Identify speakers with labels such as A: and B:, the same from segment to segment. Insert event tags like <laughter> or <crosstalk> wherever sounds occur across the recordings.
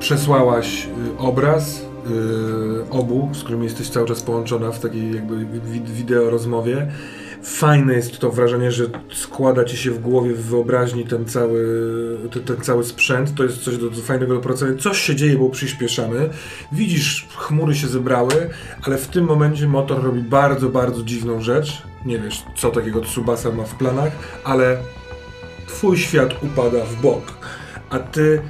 A: przesłałaś y, obraz y, obu, z którymi jesteś cały czas połączona w takiej jakby wi- wideo rozmowie. Fajne jest to wrażenie, że składa ci się w głowie, w wyobraźni ten cały, te- ten cały sprzęt. To jest coś do, do fajnego do pracy. Coś się dzieje, bo przyspieszamy. Widzisz, chmury się zebrały, ale w tym momencie motor robi bardzo, bardzo dziwną rzecz. Nie wiesz, co takiego Tsubasa ma w planach, ale twój świat upada w bok, a ty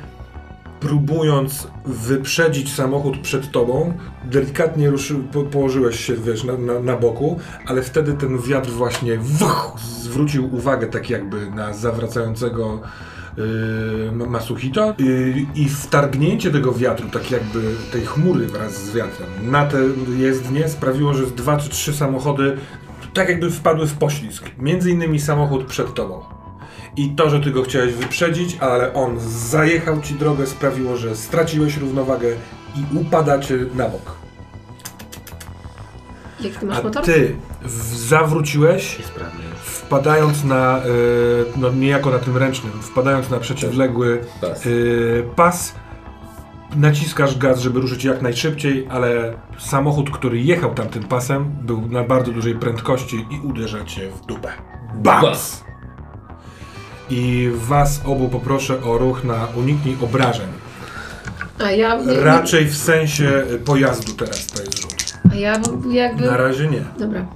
A: próbując wyprzedzić samochód przed tobą, delikatnie ruszy, po, położyłeś się wiesz, na, na, na boku, ale wtedy ten wiatr właśnie wuch, zwrócił uwagę tak jakby na zawracającego yy, ma- Masuhito yy, i wtargnięcie tego wiatru, tak jakby tej chmury wraz z wiatrem na te jezdnie sprawiło, że z dwa czy trzy samochody tak jakby wpadły w poślizg. Między innymi samochód przed tobą. I to, że ty go chciałeś wyprzedzić, ale on zajechał ci drogę, sprawiło, że straciłeś równowagę i upadacie na bok.
B: Jak ty
A: A
B: masz motor?
A: ty w- zawróciłeś,
C: Niesprawnie.
A: wpadając na, y, no niejako na tym ręcznym, wpadając na przeciwległy
C: Pas.
A: y, pas, naciskasz gaz, żeby ruszyć jak najszybciej, ale samochód, który jechał tamtym pasem, był na bardzo dużej prędkości i uderza cię w dupę. Bams!
C: Bas.
A: I was obu poproszę o ruch na uniknij obrażeń.
B: A ja, nie, nie,
A: Raczej w sensie e, pojazdu teraz to jest rzut.
B: a ja jakby...
A: Na razie nie.
B: Dobra.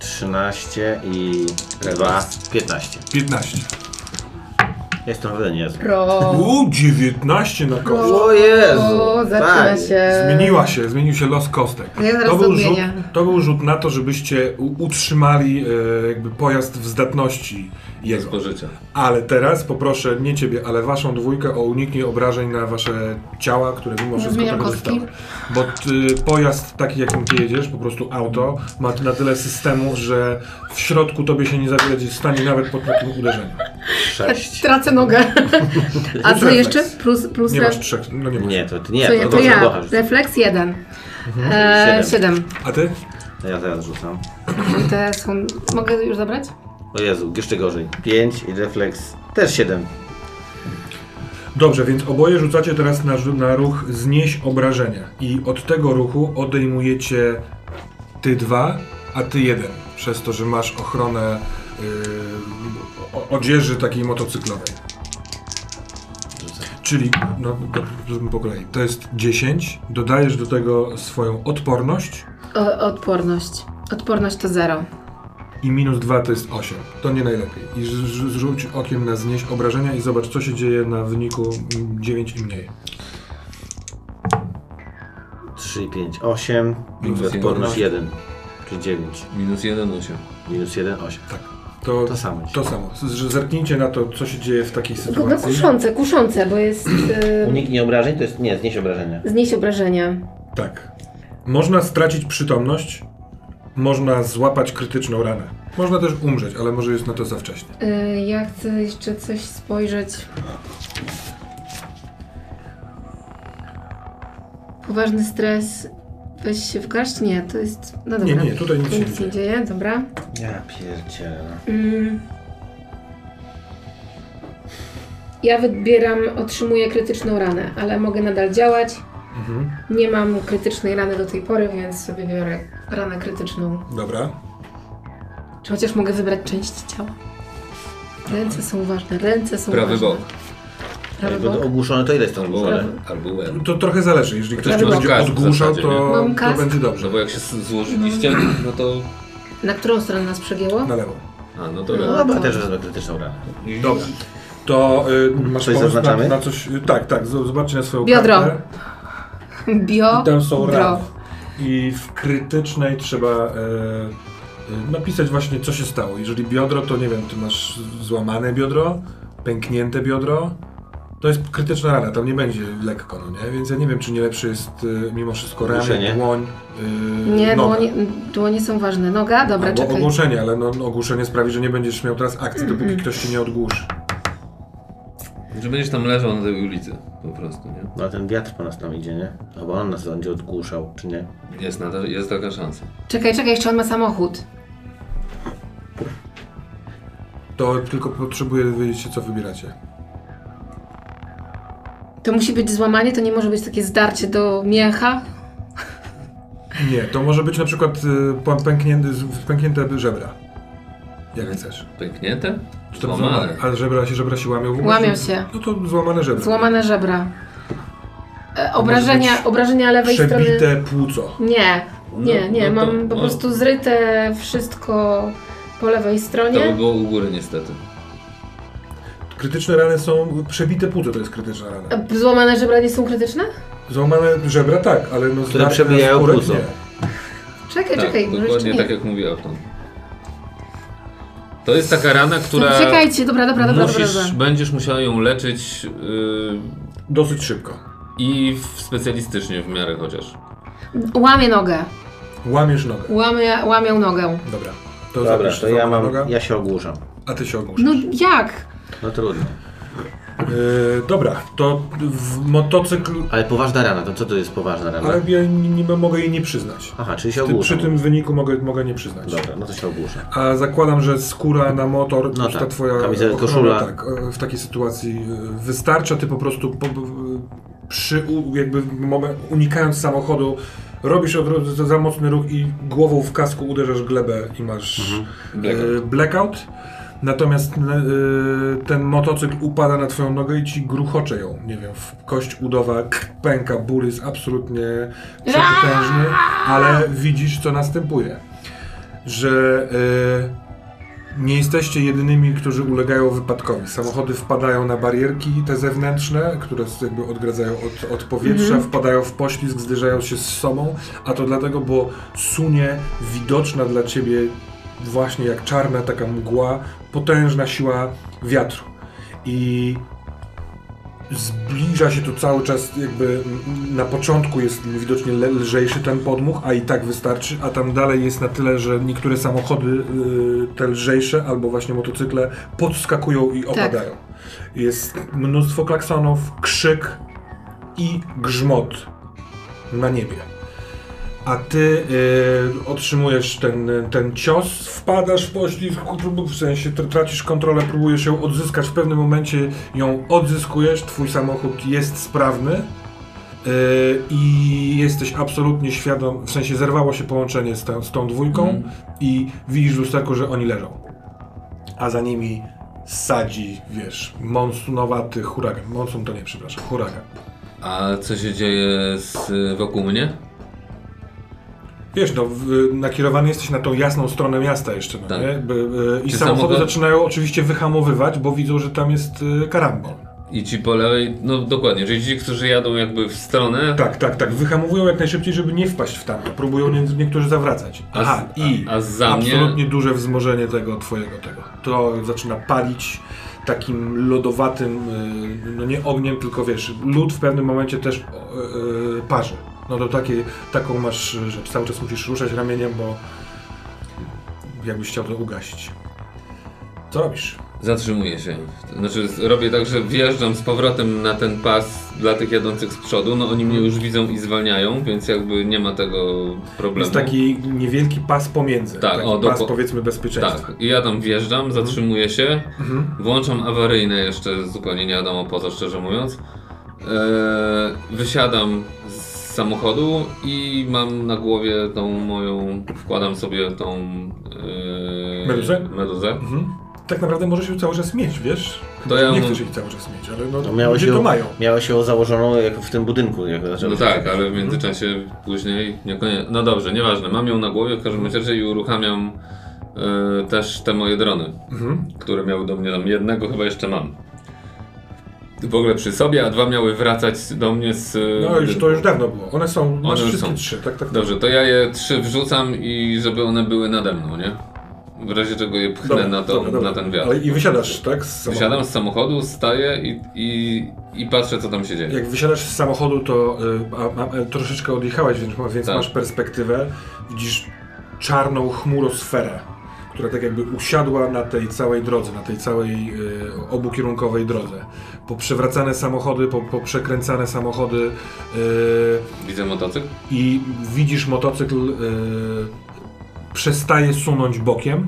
C: 13 i 2, 15.
A: 15.
C: Jest trochę niezły.
B: Pro.
A: U, 19 na koszt.
C: O Jezu!
B: O, zaczyna
C: tak.
B: się.
A: Zmieniła się, zmienił się los kostek.
B: E, Ja zaraz
A: To był,
B: to
A: rzut,
B: odmienię.
A: to był rzut na to, żebyście u- utrzymali e, jakby pojazd w zdatności jego.
D: Spożycia.
A: Ale teraz poproszę nie ciebie, ale waszą dwójkę o uniknij obrażeń na wasze ciała, które mimo wszystko
B: No, Zmieniam
A: tego
B: kostki.
A: dostały. Bo ty, pojazd taki, jakim ty jedziesz, po prostu auto, ma na tyle systemów, że w środku tobie się nie zawiera, jest w stanie nawet po takim uderzeniu.
B: <laughs>
C: 6.
B: Tracę nogę. A co
A: refleks.
B: jeszcze? Plus, plus
A: Nie
B: ref-
A: masz trzech, no nie masz.
C: Nie, to ty nie,
B: co
C: to,
B: ja, to
C: dobrze,
B: ja.
C: dobrze.
B: Refleks jeden. E,
C: Siedem.
B: siedem.
A: A ty?
C: To No Ja teraz rzucam.
B: I te są... Mogę już zabrać?
C: O Jezu, jeszcze gorzej. 5 i refleks też 7.
A: Dobrze, więc oboje rzucacie teraz na, rzu- na ruch znieś obrażenia. I od tego ruchu odejmujecie ty dwa, a ty jeden. Przez to, że masz ochronę yy, o- odzieży takiej motocyklowej. Czyli, no, do- zróbmy po kolei. To jest 10. Dodajesz do tego swoją odporność
B: O, odporność. Odporność to zero.
A: i minus 2 to jest 8. To nie najlepiej. I rz- rz- rzuć okiem na znieś obrażenia i zobacz, co się dzieje na wyniku 9 i mniej.
C: 3, 5, 8.
D: Minus
C: Minus
D: jeden.
C: odporność 1. Czyli 9.
D: Minus 1, 8.
C: Minus 1, 8.
A: To,
C: To samo ci.
A: To samo. Z- z- Zerknijcie na to, co się dzieje w takiej
B: No
A: sytuacji.
B: kuszące, kuszące, bo jest... Y,
C: Uniknij obrażeń to jest. Nie, znieś obrażenia.
B: znieść obrażenia.
A: Tak. Można stracić przytomność, można złapać krytyczną ranę. Można też umrzeć, ale może jest na to za wcześnie.
B: Y, ja chcę jeszcze coś spojrzeć. Poważny stres. Weź się w garść? Nie, to jest... No
A: Nie,
B: dobra.
A: nie, tutaj nic
B: Tu
A: się
B: nic nie
A: nie dzieje.
B: dzieje, dobra.
C: Ja pierdzielę.
B: Mm. Ja wybieram, otrzymuję krytyczną ranę, ale mogę nadal działać.
A: Mhm.
B: Nie mam krytycznej rany do tej pory, więc sobie biorę ranę krytyczną.
A: Dobra.
B: Czy chociaż mogę wybrać część ciała? Ręce są ważne, ręce są
D: Prawy
B: ważne.
D: bok.
B: Prawy
C: Jakby to
B: bok.
C: ogłuszone to ile jest to ogłuszone?
B: Prawy.
D: Albo łeb.
A: To trochę zależy. Jeżeli ktoś
B: Mam
A: cię będzie
D: kask w
A: odgłuszał,
D: zasadzie, nie?
A: to,
B: Mam
A: to
B: kask.
A: będzie
D: No
A: dobrze.
D: bo jak się z- złożyliście, no to...
B: Na którą stronę nas przegięło?
A: Na lewo.
D: A, no to
B: No.
C: No
D: łeb.
C: dobra, też wezmę krytyczną ranę.
A: Dobra. To y, masz
C: Coś
A: pomysł na,
C: zaznaczamy?
A: na coś. y, Tak, tak. z- Zobaczcie na swoją
B: Biodro.
A: kartę.
B: Bio.
A: I tam są
B: dro.
A: rany. I w krytycznej trzeba e, e, napisać właśnie, co się stało. Jeżeli biodro, to nie wiem, ty masz złamane biodro, pęknięte biodro. To jest krytyczna rana, tam nie będzie lekko, no nie? Więc ja nie wiem, czy nie lepszy jest e, mimo wszystko ramię,
C: Ogłuszenie.
A: dłoń, e,
B: Nie,
A: noga.
B: dłonie, dłonie są ważne. Noga? Dobra,
A: Albo
B: czekaj.
A: ogłuszenie, ale no, ogłuszenie sprawi, że nie będziesz miał teraz akcji, dopóki ktoś cię nie odgłuszy.
D: Że będziesz tam leżał na tej ulicy. Po prostu, nie?
C: No a ten wiatr po nas tam idzie, nie? Albo on nas będzie odgłuszał, czy nie?
D: Jest, nadal, jest taka szansa.
B: Czekaj, czekaj, jeszcze on ma samochód.
A: To tylko potrzebuję wiedzieć, co wybieracie.
B: To musi być złamanie, to nie może być takie zdarcie do mięcha.
A: Nie, to może być na przykład y, pę- pęknięty, z- pęknięte żebra. Jak chcesz.
D: Pęknięte?
A: Czy to no,
D: Złamane.
A: A żebra się, żebra się łamią? w ogóle?
B: Łamią się.
A: No to złamane żebra.
B: Złamane żebra. E,
A: może
B: obrażenia,
A: być
B: obrażenia lewej strony.
A: Przebite płuco.
B: Nie, nie,
D: No,
B: nie.
D: no to-
B: Mam po
D: no.
B: prostu zryte wszystko po lewej
D: To by
B: stronie.
D: było u góry niestety.
A: Krytyczne rany są... Przebite płuco to jest krytyczna rana.
B: E, Złamane żebra nie są krytyczne?
A: Złamane żebra tak, ale no... zdarcia
C: przebijają
A: skórek
C: płuco.
A: nie.
B: Czekaj,
D: tak,
B: E, czekaj, może jeszcze
D: dokładnie
B: nie.
D: tak jak mówiła Afton. To jest taka rana, która
B: No, Czekajcie, dobra, dobra, dobra, dobra.
D: musisz,
B: dobra.
D: będziesz musiała ją leczyć yy,
A: Dosyć szybko.
D: i w- specjalistycznie w miarę chociaż.
B: Łamie nogę.
A: Łamiesz nogę.
B: Łamie, łamią nogę.
A: Dobra. To
C: Dobra,
A: zapisz
C: to ja
A: złamana
C: mam,
A: Noga,
C: ja się ogłuszam.
A: a ty się ogłuszysz.
B: No jak?
C: No trudno.
A: Yy, dobra, to w motocykl...
C: Ale poważna rana, to co to jest poważna rana?
A: Ale ja nie, nie mogę jej nie przyznać.
C: Aha, czyli się
A: Ty, przy
C: ogłuszam.
A: tym wyniku mogę, mogę nie przyznać.
C: Dobra, no to się ogłuszę.
A: A zakładam, że skóra na motor,
C: No
A: no ta
C: tak,
A: twoja
C: kamizelka,
A: ochrona,
C: koszula.
A: tak, e, w takiej sytuacji e, wystarcza. Ty po prostu po, e, przy, u- jakby momen- unikając samochodu, robisz od, razu za- za mocny ruch i głową w kasku uderzasz glebę i masz
D: Blackout.
A: e, blackout. Natomiast e, ten motocykl upada na twoją nogę i ci gruchocze ją, nie wiem, w kość udowa k- pęka, ból jest absolutnie przepotężny, ale widzisz co następuje że e, nie jesteście jedynymi, którzy ulegają wypadkowi. Samochody wpadają na barierki te zewnętrzne, które z- jakby odgradzają od, od powietrza, wpadają w poślizg, zderzają się z sobą, a to dlatego, bo sunie widoczna dla ciebie właśnie jak czarna taka mgła, potężna siła wiatru. I zbliża się to cały czas jakby mm, na początku jest widocznie le- lżejszy ten podmuch, a i tak wystarczy, a tam dalej jest na tyle, że niektóre samochody y, te lżejsze albo właśnie motocykle podskakują i opadają. Jest mnóstwo klaksonów, krzyk i grzmot na niebie. A ty y, otrzymujesz ten, ten cios, wpadasz w poślizg, w sensie tr- tracisz kontrolę, próbujesz ją odzyskać, w pewnym momencie ją odzyskujesz, twój samochód jest sprawny y, i jesteś absolutnie świadom, w sensie zerwało się połączenie z, tą- z tą dwójką
D: Mhm.
A: i widzisz w lusterku, że oni leżą. A za nimi sadzi, wiesz, monsunowaty huragan. Monsun to nie, przepraszam, huragan.
D: A co się dzieje z, wokół mnie?
A: Wiesz, no, w, nakierowany jesteś na tą jasną stronę miasta jeszcze, no
D: Tak.
A: nie? By, by, I
D: Czy
A: samochody
D: samochód-
A: zaczynają oczywiście wyhamowywać, bo widzą, że tam jest y, karambol.
D: I ci po lewej, no dokładnie, czyli ci, którzy jadą jakby w stronę,
A: Tak, tak, tak. Wyhamowują jak najszybciej, żeby nie wpaść w tamto. Próbują nie, niektórzy zawracać.
D: A z-
A: Aha, i
D: a- a za mnie-
A: absolutnie duże wzmożenie tego twojego tego. To zaczyna palić takim lodowatym, y, no nie ogniem, tylko wiesz, lód w pewnym momencie też y, y, parzy. No to takie, taką masz rzecz. Cały czas musisz ruszać ramieniem, bo jakbyś chciał to ugasić. Co robisz?
D: zatrzymuję się. Znaczy robię tak, że wjeżdżam z powrotem na ten pas dla tych jadących z przodu, no oni mnie już widzą i zwalniają, więc jakby nie ma tego problemu.
A: Jest taki niewielki pas pomiędzy.
D: Tak,
A: taki
D: o,
A: pas
D: doko-
A: powiedzmy bezpieczeństwa.
D: Tak, i ja tam wjeżdżam, zatrzymuję się,
A: Mhm.
D: włączam awaryjne jeszcze zupełnie nie wiadomo po co, szczerze mówiąc. Eee, wysiadam z samochodu i mam na głowie tą moją, wkładam sobie tą eee,
A: Meduzę?
D: meduzę.
A: Mhm. Tak naprawdę możesz ją cały czas mieć, wiesz?
D: To ja
A: nie
D: mu-
A: chcesz jej cały czas mieć, ale no,
C: No miałeś
A: ludzie to
C: ją,
A: mają.
C: miałeś ją założoną jak w tym budynku. Jak
D: No
C: zaczęłaś-
D: tak,
A: Mhm.
D: ale w międzyczasie później niekoniecznie. No dobrze, nieważne, mam ją na głowie w każdym razie i uruchamiam e, też te moje drony,
A: Mhm.
D: które miały do mnie tam jednego chyba jeszcze mam. W ogóle przy sobie, a dwa miały wracać do mnie z. e,
A: No już, to już dawno było. One są, masz
D: już
A: wszystkie
D: są.
A: trzy, tak, tak.
D: Dobrze, to ja je trzy wrzucam i żeby one były nade mną, nie? W razie czego je pchnę
A: Dobra,
D: na, to,
A: dobra, dobra.
D: na ten wiatr.
A: Ale i wysiadasz, tak? Z samochodu.
D: Wysiadam z samochodu, staję i, i, i patrzę co tam się dzieje.
A: Jak wysiadasz z samochodu, to y, a, a, a, troszeczkę odjechałeś, więc, więc
D: Tak.
A: masz perspektywę. Widzisz czarną chmurosferę, która tak jakby usiadła na tej całej drodze, na tej całej y, obukierunkowej drodze. Poprzewracane samochody, po- poprzekręcane samochody. Y,
D: Widzę motocykl?
A: i widzisz motocykl y, przestaje sunąć bokiem.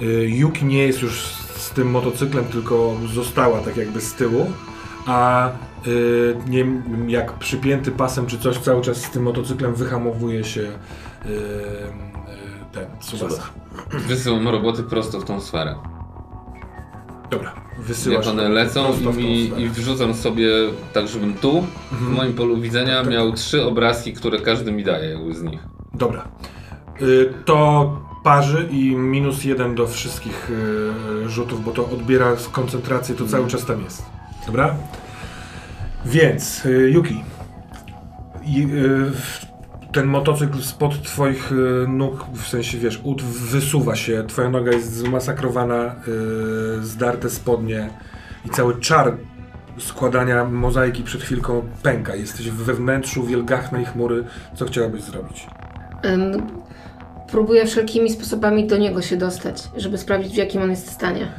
A: E, Y, Yuki nie jest już z, z tym motocyklem, tylko została tak jakby z tyłu. a y, nie, jak przypięty pasem czy coś cały czas z tym motocyklem wyhamowuje się y, y, ten Subasa.
C: Subasa.
D: Wysyłam roboty prosto w tą sferę.
A: Dobra,
D: Jak
A: wysyłasz.
D: one lecą
A: prosto
D: i,
A: w tą
D: mi,
A: sferę.
D: i wrzucam sobie, tak żebym tu, w moim polu widzenia, miał trzy obrazki, które każdy mi daje jakby z nich.
A: Dobra. Y, to parzy i minus jeden do wszystkich y, rzutów, bo to odbiera z koncentracji, to cały czas tam jest. Dobra? Więc, y, Yuki. I, y, w- ten motocykl spod twoich y, nóg, w sensie wiesz, ut wysuwa się, twoja noga jest zmasakrowana, y, zdarte spodnie i cały czar składania mozaiki przed chwilką pęka. Jesteś we wnętrzu wielgachnej chmury. Co chciałabyś zrobić?
B: Em, próbuję wszelkimi sposobami do niego się dostać, żeby sprawdzić w jakim on jest stanie.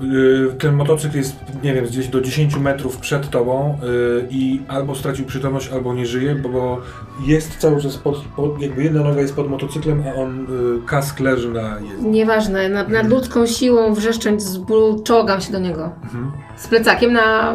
A: Yy, Ten motocykl jest, nie wiem, gdzieś do 10 metrów przed tobą yy, i albo stracił przytomność, albo nie żyje, bo, bo jest cały czas pod, pod, jakby jedna noga jest pod motocyklem, a on yy, kask leży na jezdni.
B: Nieważne, nad, nad ludzką siłą wrzeszcząc z bólu czołgam się do niego.
A: Mhm.
B: Z plecakiem na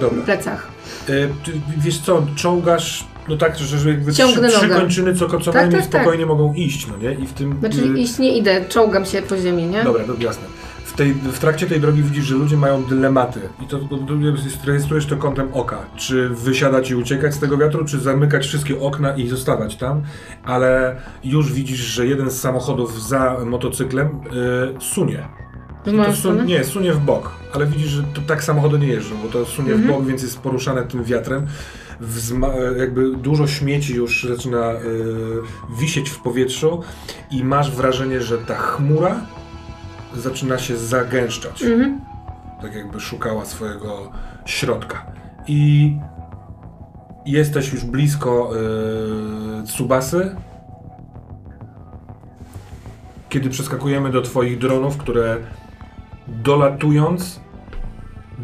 A: Dobra.
B: y, plecach.
A: Yy, ty, wiesz co, ciągasz, no tak, że, że jakby trzy,
B: Ciągnę
A: trzy
B: nogę.
A: kończyny co, co
B: Tak,
A: najmniej
B: tak, tak.
A: spokojnie mogą iść, no nie? I w tym...
B: Znaczy
A: yy,
B: iść nie idę, czołgam się po ziemi, nie?
A: Dobra, to jasne. W, tej, w trakcie tej drogi widzisz, że ludzie mają dylematy i to, to, to rejestrujesz to kątem oka. Czy wysiadać i uciekać z tego wiatru, czy zamykać wszystkie okna i zostawać tam, ale już widzisz, że jeden z samochodów za motocyklem y, sunie.
B: W
A: I to
B: moją stronę?
A: sun, nie, sunie w bok, ale widzisz, że to tak samochody nie jeżdżą, bo to sunie w bok, więc jest poruszane tym wiatrem. Wzma- e, jakby dużo śmieci już zaczyna e, wisieć w powietrzu i masz wrażenie, że ta chmura zaczyna się zagęszczać.
B: Mhm.
A: Tak jakby szukała swojego środka. I jesteś już blisko e, Tsubasy. Kiedy przeskakujemy do twoich dronów, które dolatując,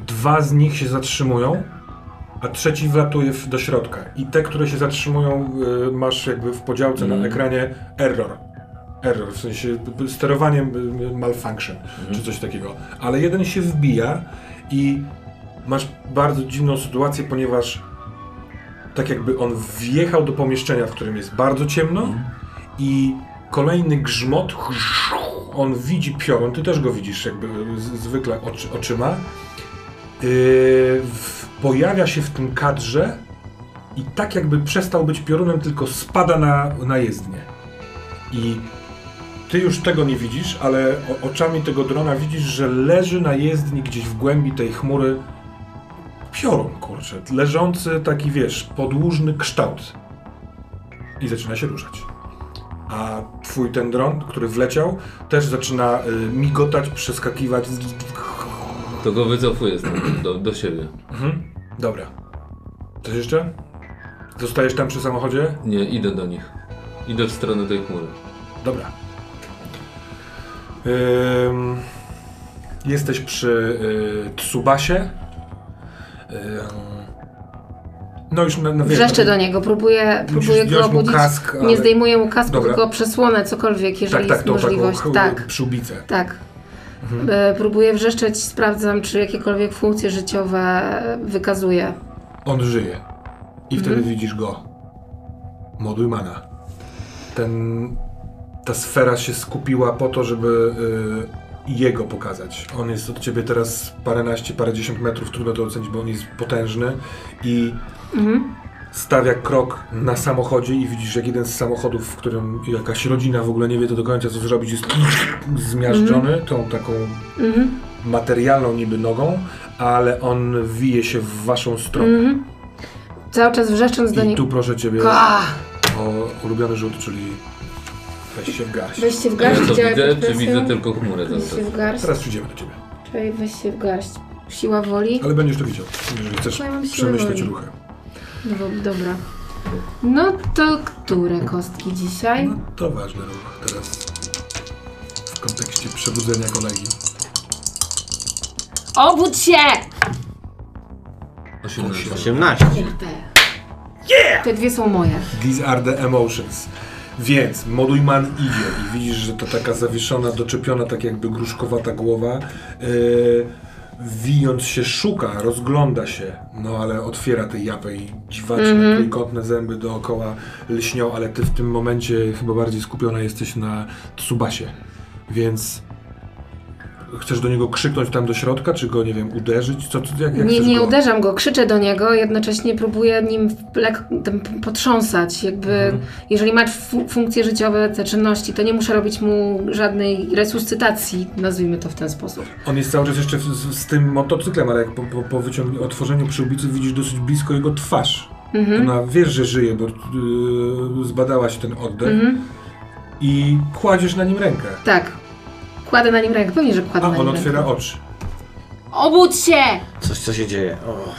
A: dwa z nich się zatrzymują, a trzeci wlatuje w, do środka. I te, które się zatrzymują, y, masz jakby w podziałce na
D: Mm.
A: ekranie error. Error, w sensie y, y, sterowanie y, malfunction, czy coś takiego. Ale jeden się wbija i masz bardzo dziwną sytuację, ponieważ tak jakby on wjechał do pomieszczenia, w którym jest bardzo ciemno i kolejny grzmot, on widzi piorun, ty też go widzisz jakby y, z, zwykle oczy, oczyma. Yy, w, pojawia się w tym kadrze i tak jakby przestał być piorunem, tylko spada na, na jezdnię. I ty już tego nie widzisz, ale o, oczami tego drona widzisz, że leży na jezdni gdzieś w głębi tej chmury piorun, kurczę, leżący taki, wiesz, podłużny kształt. I zaczyna się ruszać. A twój ten dron, który wleciał, też zaczyna y, migotać, przeskakiwać.
D: To go wycofuję stąd, do, do siebie.
A: Mhm. Dobra. Coś jeszcze? Zostajesz tam przy samochodzie?
D: Nie, idę do nich. Idę w stronę tej chmury.
A: Dobra. Ym, jesteś przy y, Tsubasie. Ym, no już na, na wiesz,
B: Wrzeszczę
A: na-
B: do niego, próbuję,
A: musisz
B: próbuję go
A: zdjąć mu
B: obudzić.
A: kask, ale-
B: Nie zdejmuję mu kasku,
A: Dobra.
B: tylko przesłonę, cokolwiek, jeżeli
A: tak, tak,
B: jest
A: tą
B: możliwość.
A: taką
B: tak,
A: przyłbicę.
B: tak.
D: Mhm.
B: E, Próbuję wrzeszczeć, sprawdzam, czy jakiekolwiek funkcje życiowe wykazuje.
A: On żyje. I wtedy widzisz go. Modujmana. Ten, ta sfera się skupiła po to, żeby y, jego pokazać. On jest od ciebie teraz paręnaście, parędziesiąt metrów, trudno to ocenić, bo on jest potężny i
B: Mhm.
A: stawia krok na samochodzie i widzisz, jak jeden z samochodów, w którym jakaś rodzina w ogóle nie wie to do końca co zrobić, jest zmiażdżony tą taką
B: Mhm.
A: materialną niby nogą, ale on wije się w waszą stronę.
B: Mhm. Cały czas wrzeszcząc do
A: I
B: niego.
A: tu proszę ciebie
B: Ka!
A: o ulubiony rzut, czyli weź się w garść.
B: Weźcie w
D: Ja
B: garść,
D: to
B: działaj
D: widzę,
B: pod
D: czy
B: presją.
D: widzę tylko chmurę cały
B: Weź
D: czas?
B: się w garść,
A: Teraz przyjdziemy do ciebie.
B: czyli weź się w garść. Siła woli.
A: Ale będziesz to widział, jeżeli chcesz
B: No ja mam siłę
A: przemyśleć
B: woli.
A: ruchy.
B: No, bo- dobra. No to które kostki dzisiaj?
A: No to ważny ruch teraz w kontekście przebudzenia kolegi.
B: Obudź się!
D: 18.
C: 18.
B: Te dwie są moje.
A: These are the emotions. Więc Modujman idzie i widzisz, że to taka zawieszona, doczepiona, tak jakby gruszkowata głowa. Yy, wijąc się szuka, rozgląda się, no ale otwiera tę japę i dziwaczne,
B: Mhm.
A: trójkątne zęby dookoła lśnią, ale ty w tym momencie chyba bardziej skupiona jesteś na Tsubasie, więc chcesz do niego krzyknąć tam do środka, czy go, nie wiem, uderzyć? Co, co, jak, jak
B: Nie,
A: chcesz
B: nie
A: go?
B: uderzam go, krzyczę do niego, jednocześnie próbuję nim w- lek- tym p- potrząsać. Jakby,
A: Mhm.
B: jeżeli ma fu- funkcje życiowe, te czynności, to nie muszę robić mu żadnej resuscytacji, nazwijmy to w ten sposób.
A: On jest cały czas jeszcze z, z tym motocyklem, ale jak po, po, po wyciągnięciu, otworzeniu przyłbicy widzisz dosyć blisko jego twarz.
B: Mhm.
A: Ona wiesz, że żyje, bo yy, zbadałaś ten oddech
B: Mhm.
A: i kładziesz na nim rękę.
B: Tak. Kładę na nim rękę, pewnie, że kładę
A: A
B: na nim
A: on otwiera
B: rękę.
A: oczy.
B: Obudź się!
C: Coś, co się dzieje. O.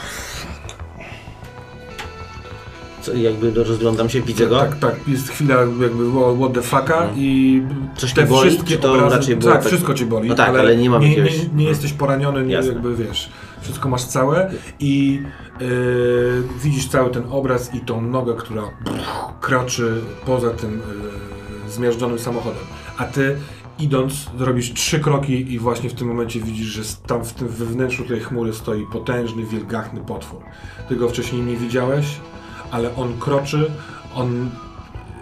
C: Co, jakby do- rozglądam się, widzę go. No.
A: Tak, tak, jest chwila jakby wo- what the fucka i
C: Coś
A: te
C: mi boli?
A: wszystkie
C: Czy to
A: obrazy,
C: raczej było
A: tak,
C: tak-
A: wszystko ci boli,
C: No tak, ale nie mam
A: nie, nie,
C: jakiegoś- no.
A: nie jesteś poraniony, nie
C: Jasne.
A: jakby wiesz, wszystko masz całe i yy, widzisz cały ten obraz i tą nogę, która kroczy poza tym yy, zmiażdżonym samochodem, a ty idąc zrobisz trzy kroki i właśnie w tym momencie widzisz, że tam w tym we wnętrzu tej chmury stoi potężny, wielgachny potwór. Ty go wcześniej nie widziałeś, ale on kroczy, on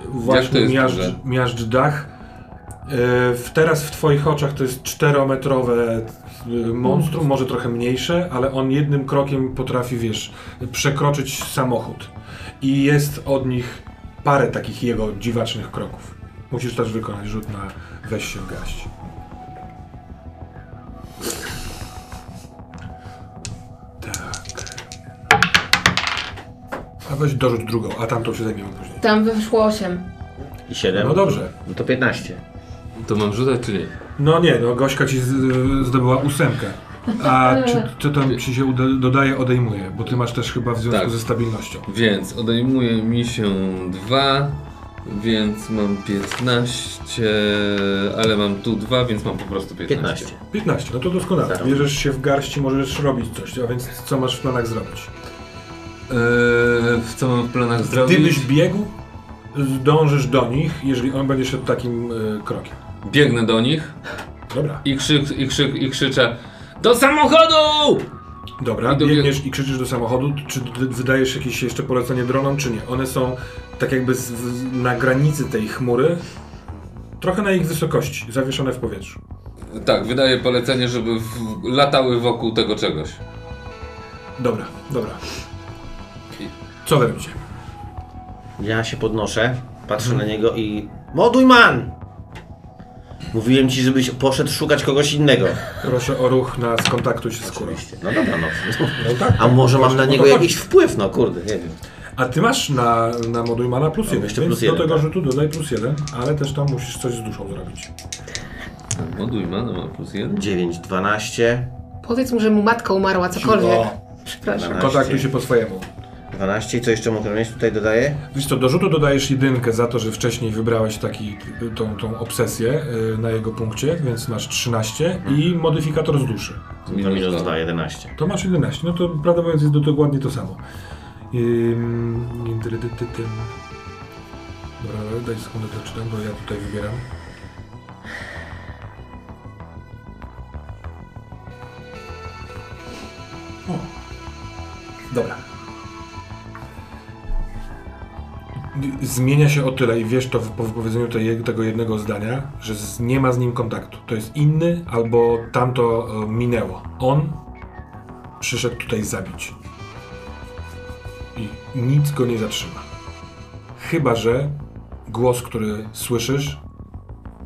D: to
A: właśnie
D: jest
A: miażdży,
D: duże?
A: miażdży dach. E, w- Teraz w Twoich oczach to jest czterometrowe e, monstrum, może trochę mniejsze, ale on jednym krokiem potrafi, wiesz, przekroczyć samochód. I jest od nich parę takich jego dziwacznych kroków. Musisz też wykonać rzut na weź się w garść. Tak. A weź dorzuć drugą, a tamtą się zajmiemy później.
B: Tam wyszło 8.
C: I 7.
A: No dobrze.
C: No to 15.
D: To mam rzucać czy nie?
A: No nie, no Gośka ci z, zdobyła ósemkę. A czy, czy tam ci się uda, dodaje, odejmuje? Bo ty masz też chyba w związku
D: Tak.
A: ze stabilnością.
D: Więc odejmuje mi się 2, więc mam 15, ale mam tu 2, więc mam po prostu 15.
C: 15.
A: 15, no to doskonale.
C: Zero.
A: Bierzesz się w garści, możesz robić coś, a więc co masz w planach zrobić?
D: Eee, w co mam w planach zrobić?
A: Gdybyś biegł, zdążysz do nich, jeżeli on będzie szedł takim y, krokiem.
D: Biegnę do nich
A: Dobra,
D: i, krzyk, i, krzyk, i krzyczę Do samochodu!
A: dobra,
D: I dobie-
A: biegniesz i krzyczysz do samochodu, czy d- wydajesz jakieś jeszcze polecenie dronom, czy nie? One są tak jakby z, w, na granicy tej chmury, trochę na ich wysokości, zawieszone w powietrzu.
D: Tak, wydaję polecenie, żeby w, latały wokół tego czegoś.
A: Dobra, dobra. Co wy robicie?
C: Ja się podnoszę, patrzę na niego i... Moduj man! Mówiłem ci, żebyś poszedł szukać kogoś innego.
A: Proszę o ruch na skontaktuj się z kurą.
C: Oczywiście. No dobra, no.
A: No tak.
C: A może mam na
A: O to
C: niego
A: chodzi.
C: jakiś wpływ? No kurde, nie wiem.
A: A ty masz na, na Modulmana plus jeden,
C: jeszcze
A: więc
C: plus
A: do
C: jeden,
A: tego
C: tak.
A: rzutu dodaj plus jeden, ale też tam musisz coś z duszą zrobić.
D: Moduj ma, no mam plus 1.
C: 9, 12,
B: Powiedz mu, że mu matka umarła, cokolwiek. Przepraszam.
C: 12.
A: Kontaktuj się po swojemu.
C: 12 i co jeszcze mogę mieć? Tutaj dodaję?
A: Wiesz co, do rzutu dodajesz jedynkę za to, że wcześniej wybrałeś taki, tą, tą obsesję y, na jego punkcie, więc masz 13 i modyfikator z duszy.
C: To minus 2, 11.
A: To masz 11, no to prawdę mówiąc jest to dokładnie to samo. Ym, dydydydydydy. Dobra, daj sekundę to czytam, bo ja tutaj wybieram. O. Dobra. Zmienia się o tyle i wiesz to w- po wypowiedzeniu tej, tego jednego zdania, że z, nie ma z nim kontaktu. To jest inny albo tamto e, minęło. On przyszedł tutaj zabić. I nic go nie zatrzyma. Chyba, że głos, który słyszysz,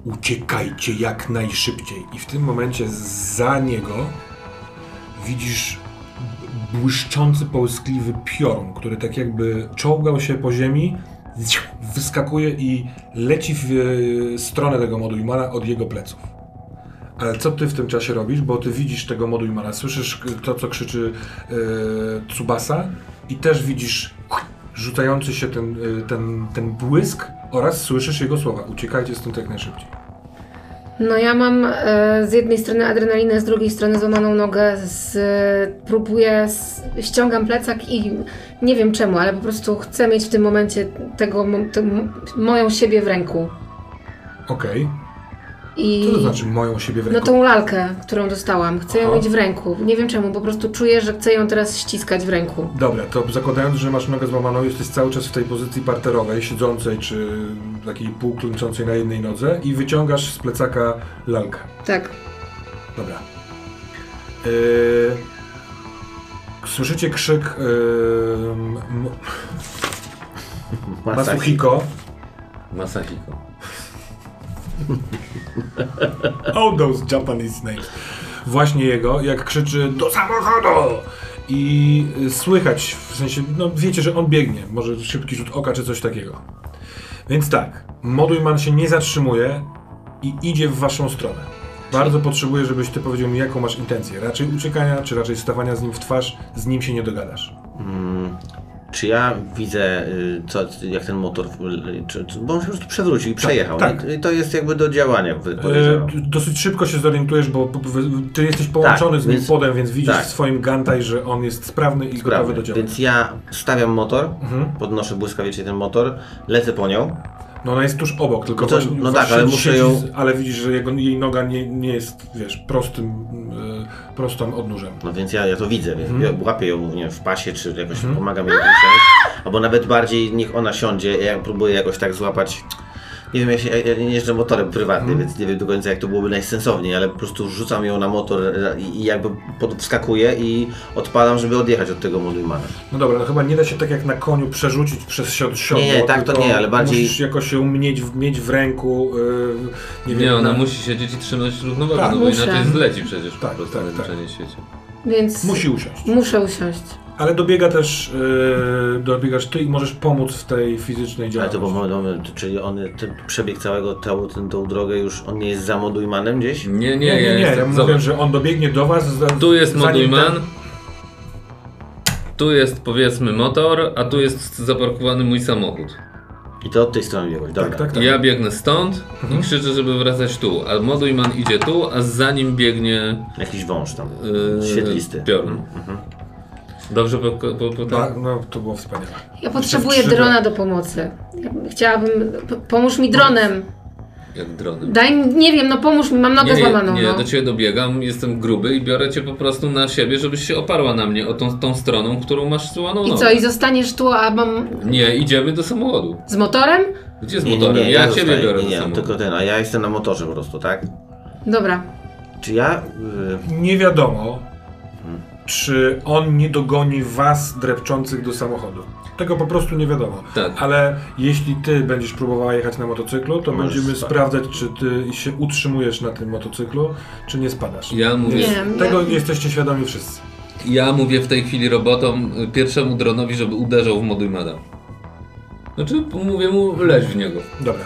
A: uciekajcie jak najszybciej. I w tym momencie za niego widzisz b- błyszczący, połyskliwy piorun, który tak jakby czołgał się po ziemi, wyskakuje i leci w e, stronę tego modulmana od jego pleców. Ale co ty w tym czasie robisz? Bo ty widzisz tego Modujmana, słyszysz k- to, co krzyczy yy, Tsubasa i też widzisz rzucający się ten, y, ten, ten błysk oraz słyszysz jego słowa. Uciekajcie stąd jak najszybciej.
B: No ja mam e, z jednej strony adrenalinę, z drugiej strony złamaną nogę, z, próbuję, s- ściągam plecak i nie wiem czemu, ale po prostu chcę mieć w tym momencie tego, mo- tę m- moją siebie w ręku.
A: Okej.
B: I...
A: Co to znaczy moją siebie w
B: No
A: ręku?
B: tą lalkę, którą dostałam, chcę ją
A: Aha.
B: mieć w ręku. Nie wiem czemu, po prostu czuję, że chcę ją teraz ściskać w ręku.
A: Dobra, to zakładając, że masz nogę złamaną, jesteś cały czas w tej pozycji parterowej, siedzącej czy takiej półklęczącej na jednej nodze i wyciągasz z plecaka lalkę.
B: Tak.
A: Dobra. Yy, słyszycie krzyk e, yy,
C: Tak.
A: Masuhiko.
D: Masahiko.
A: All those Japanese names. Właśnie jego, jak krzyczy do samochodu! I y, słychać, w sensie, no wiecie, że on biegnie, może szybki rzut oka czy coś takiego. Więc tak, Modujman się nie zatrzymuje i idzie w waszą stronę. Bardzo potrzebuję, żebyś ty powiedział mi, jaką masz intencję. Raczej uciekania, czy raczej stawania z nim w twarz, z nim się nie dogadasz.
C: Mm, Czy ja widzę, y, co, jak ten motor, y, czy, czy, bo on się po prostu przewrócił i przejechał.
A: tak.
C: nie? I To jest jakby do działania, wy-
A: E,
C: podejrzewam.
A: dosyć szybko się zorientujesz, bo p- p- ty jesteś połączony z nim
C: więc-
A: podem, więc widzisz
C: tak.
A: w swoim gantaj, że on jest sprawny i gotowy do
C: Sprawny.
A: działania.
C: Więc ja stawiam motor,
A: Mhm.
C: podnoszę błyskawicznie ten motor, lecę po nią.
A: No ona jest tuż obok, tylko
C: No to-
A: właśnie
C: no
A: właśnie
C: tak, ale muszę
A: siedzi,
C: ją-
A: Ale widzisz, że jego, jej noga nie, nie jest, wiesz, prostym, y, prostą odnóżem.
C: No więc ja, ja to widzę, więc
A: Mhm.
C: ja łapię ją nie wiem, w pasie, czy jakoś
A: Mhm.
C: pomagam jej usiąść. Albo nawet bardziej niech ona siądzie, ja ją próbuję jakoś tak złapać. Nie wiem, ja, się, ja- ja nie jeżdżę motorem prywatnym,
A: Mhm.
C: więc nie wiem do końca jak to byłoby najsensowniej, ale po prostu rzucam ją na motor e, i, i jakby pod, wskakuję i odpalam, żeby odjechać od tego Modulmana.
A: No dobra, no chyba nie da się tak jak na koniu przerzucić przez siod siodło.
C: Nie, nie, tak to
A: tylko
C: nie, ale bardziej-
A: Musisz jakoś ją mieć, w- mieć w ręku, y, nie
D: Nie,
A: wiem...
D: ona
A: na-
D: musi siedzieć i trzymać równowagę,
A: Tak,
D: no bo
B: muszę.
D: inaczej zleci przecież
A: Tak,
D: po prostu
A: tak,
D: tak,
A: tak.
D: zwyczajnie świecie.
B: Więc
A: Musi usiąść.
B: muszę usiąść.
A: Ale dobiega też, y, dobiegasz ty i możesz pomóc w tej fizycznej
C: Ale
A: działalności.
C: to był moment, czyli on ten przebieg całego, całą tę, tą drogę już, on nie jest za Modulmanem gdzieś?
D: Nie, nie,
A: Nie, nie, nie,
D: ja
A: ja
D: jestem,
A: mówię,
D: zobacz,
A: że on dobiegnie do was... Za,
D: tu jest
A: zanim ten-
D: Modulman, tu jest powiedzmy motor, a tu jest zaparkowany mój samochód.
C: I to od tej strony biegłeś, dobra.
A: Tak, tak, Mhm. tak.
D: Ja biegnę stąd i krzyczę, żeby wracać tu, a Modulman idzie tu, a za nim biegnie
C: Jakiś wąż tam,
D: yy,
C: świetlisty.
D: piorun. Dobrze po, po, po
A: Tak,
D: tak?
A: no to było wspaniałe.
B: Ja potrzebuję
A: wstrzymać.
B: drona do pomocy. Ja Chciałabym. p- Pomóż mi dronem.
D: Jak dronem.
B: Daj mi, nie wiem, no pomóż mi, mam nogę
D: Nie,
B: złamaną.
D: nie, nie,
B: no.
D: do ciebie dobiegam, jestem gruby i biorę cię po prostu na siebie, żebyś się oparła na mnie o tą, tą stroną, którą masz
A: No
D: złamaną
B: I
D: nogę.
B: co, i zostaniesz tu, a mam.
D: Nie, idziemy do samochodu.
B: z motorem?
D: Gdzie z motorem? ja, ciebie
C: zostaję,
D: biorę
C: nie,
D: do
C: nie,
D: samochodu.
C: tylko ten, a ja jestem na motorze po prostu, tak?
B: Dobra.
C: Czy ja... yy,
A: Nie wiadomo, czy on nie dogoni was drepczących do samochodu. Tego po prostu nie wiadomo.
D: Tak.
A: Ale jeśli ty będziesz próbowała jechać na motocyklu,
D: No,
A: to
C: Możesz
A: będziemy
C: spadać.
A: sprawdzać, czy ty się utrzymujesz na tym motocyklu, czy nie spadasz.
D: Ja mówię,
B: Nie.
A: Tego
B: ja-
A: jesteście świadomi wszyscy.
D: ja mówię w tej chwili robotom, y, pierwszemu dronowi, żeby uderzał w Modujmada. Znaczy, mówię mu, leź w niego.
A: Dobra.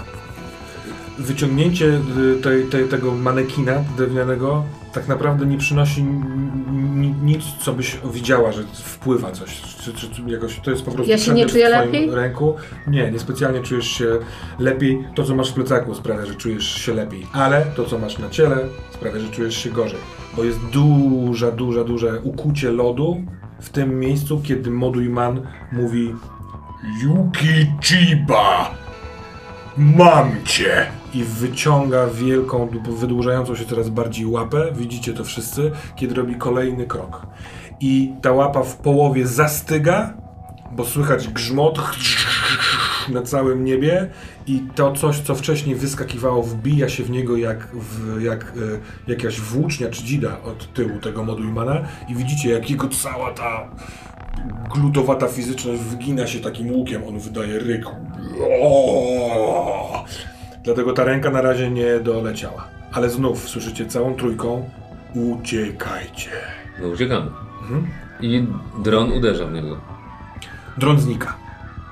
A: Wyciągnięcie y, tej, tej, tego manekina drewnianego tak naprawdę nie przynosi ni- ni- nic, co byś widziała, że wpływa coś. Czy, czy, czy jakoś, to jest po prostu
B: Ja się nie
A: przedmiot
B: czuję
A: w twoim
B: lepiej?
A: ręku. Nie, niespecjalnie czujesz się lepiej. To, co masz w plecaku sprawia, że czujesz się lepiej, ale to, co masz na ciele sprawia, że czujesz się gorzej. Bo jest duża, duża, duże ukucie lodu w tym miejscu, kiedy Modujman mówi Yuki Chiba! Mam cię! I wyciąga wielką, wydłużającą się coraz bardziej łapę. Widzicie to wszyscy, kiedy robi kolejny krok. I ta łapa w połowie zastyga, bo słychać grzmot na całym niebie i to coś, co wcześniej wyskakiwało, wbija się w niego jak, w, jak y, jakaś włócznia czy dzida od tyłu tego Modulmana i widzicie, jak jego cała ta glutowata fizyczność wygina się takim łukiem, on wydaje ryk. O! Dlatego ta ręka na razie nie doleciała. Ale znów słyszycie całą trójką uciekajcie.
D: No uciekamy.
A: Mhm.
D: I dron uderza w niego.
A: Dron znika.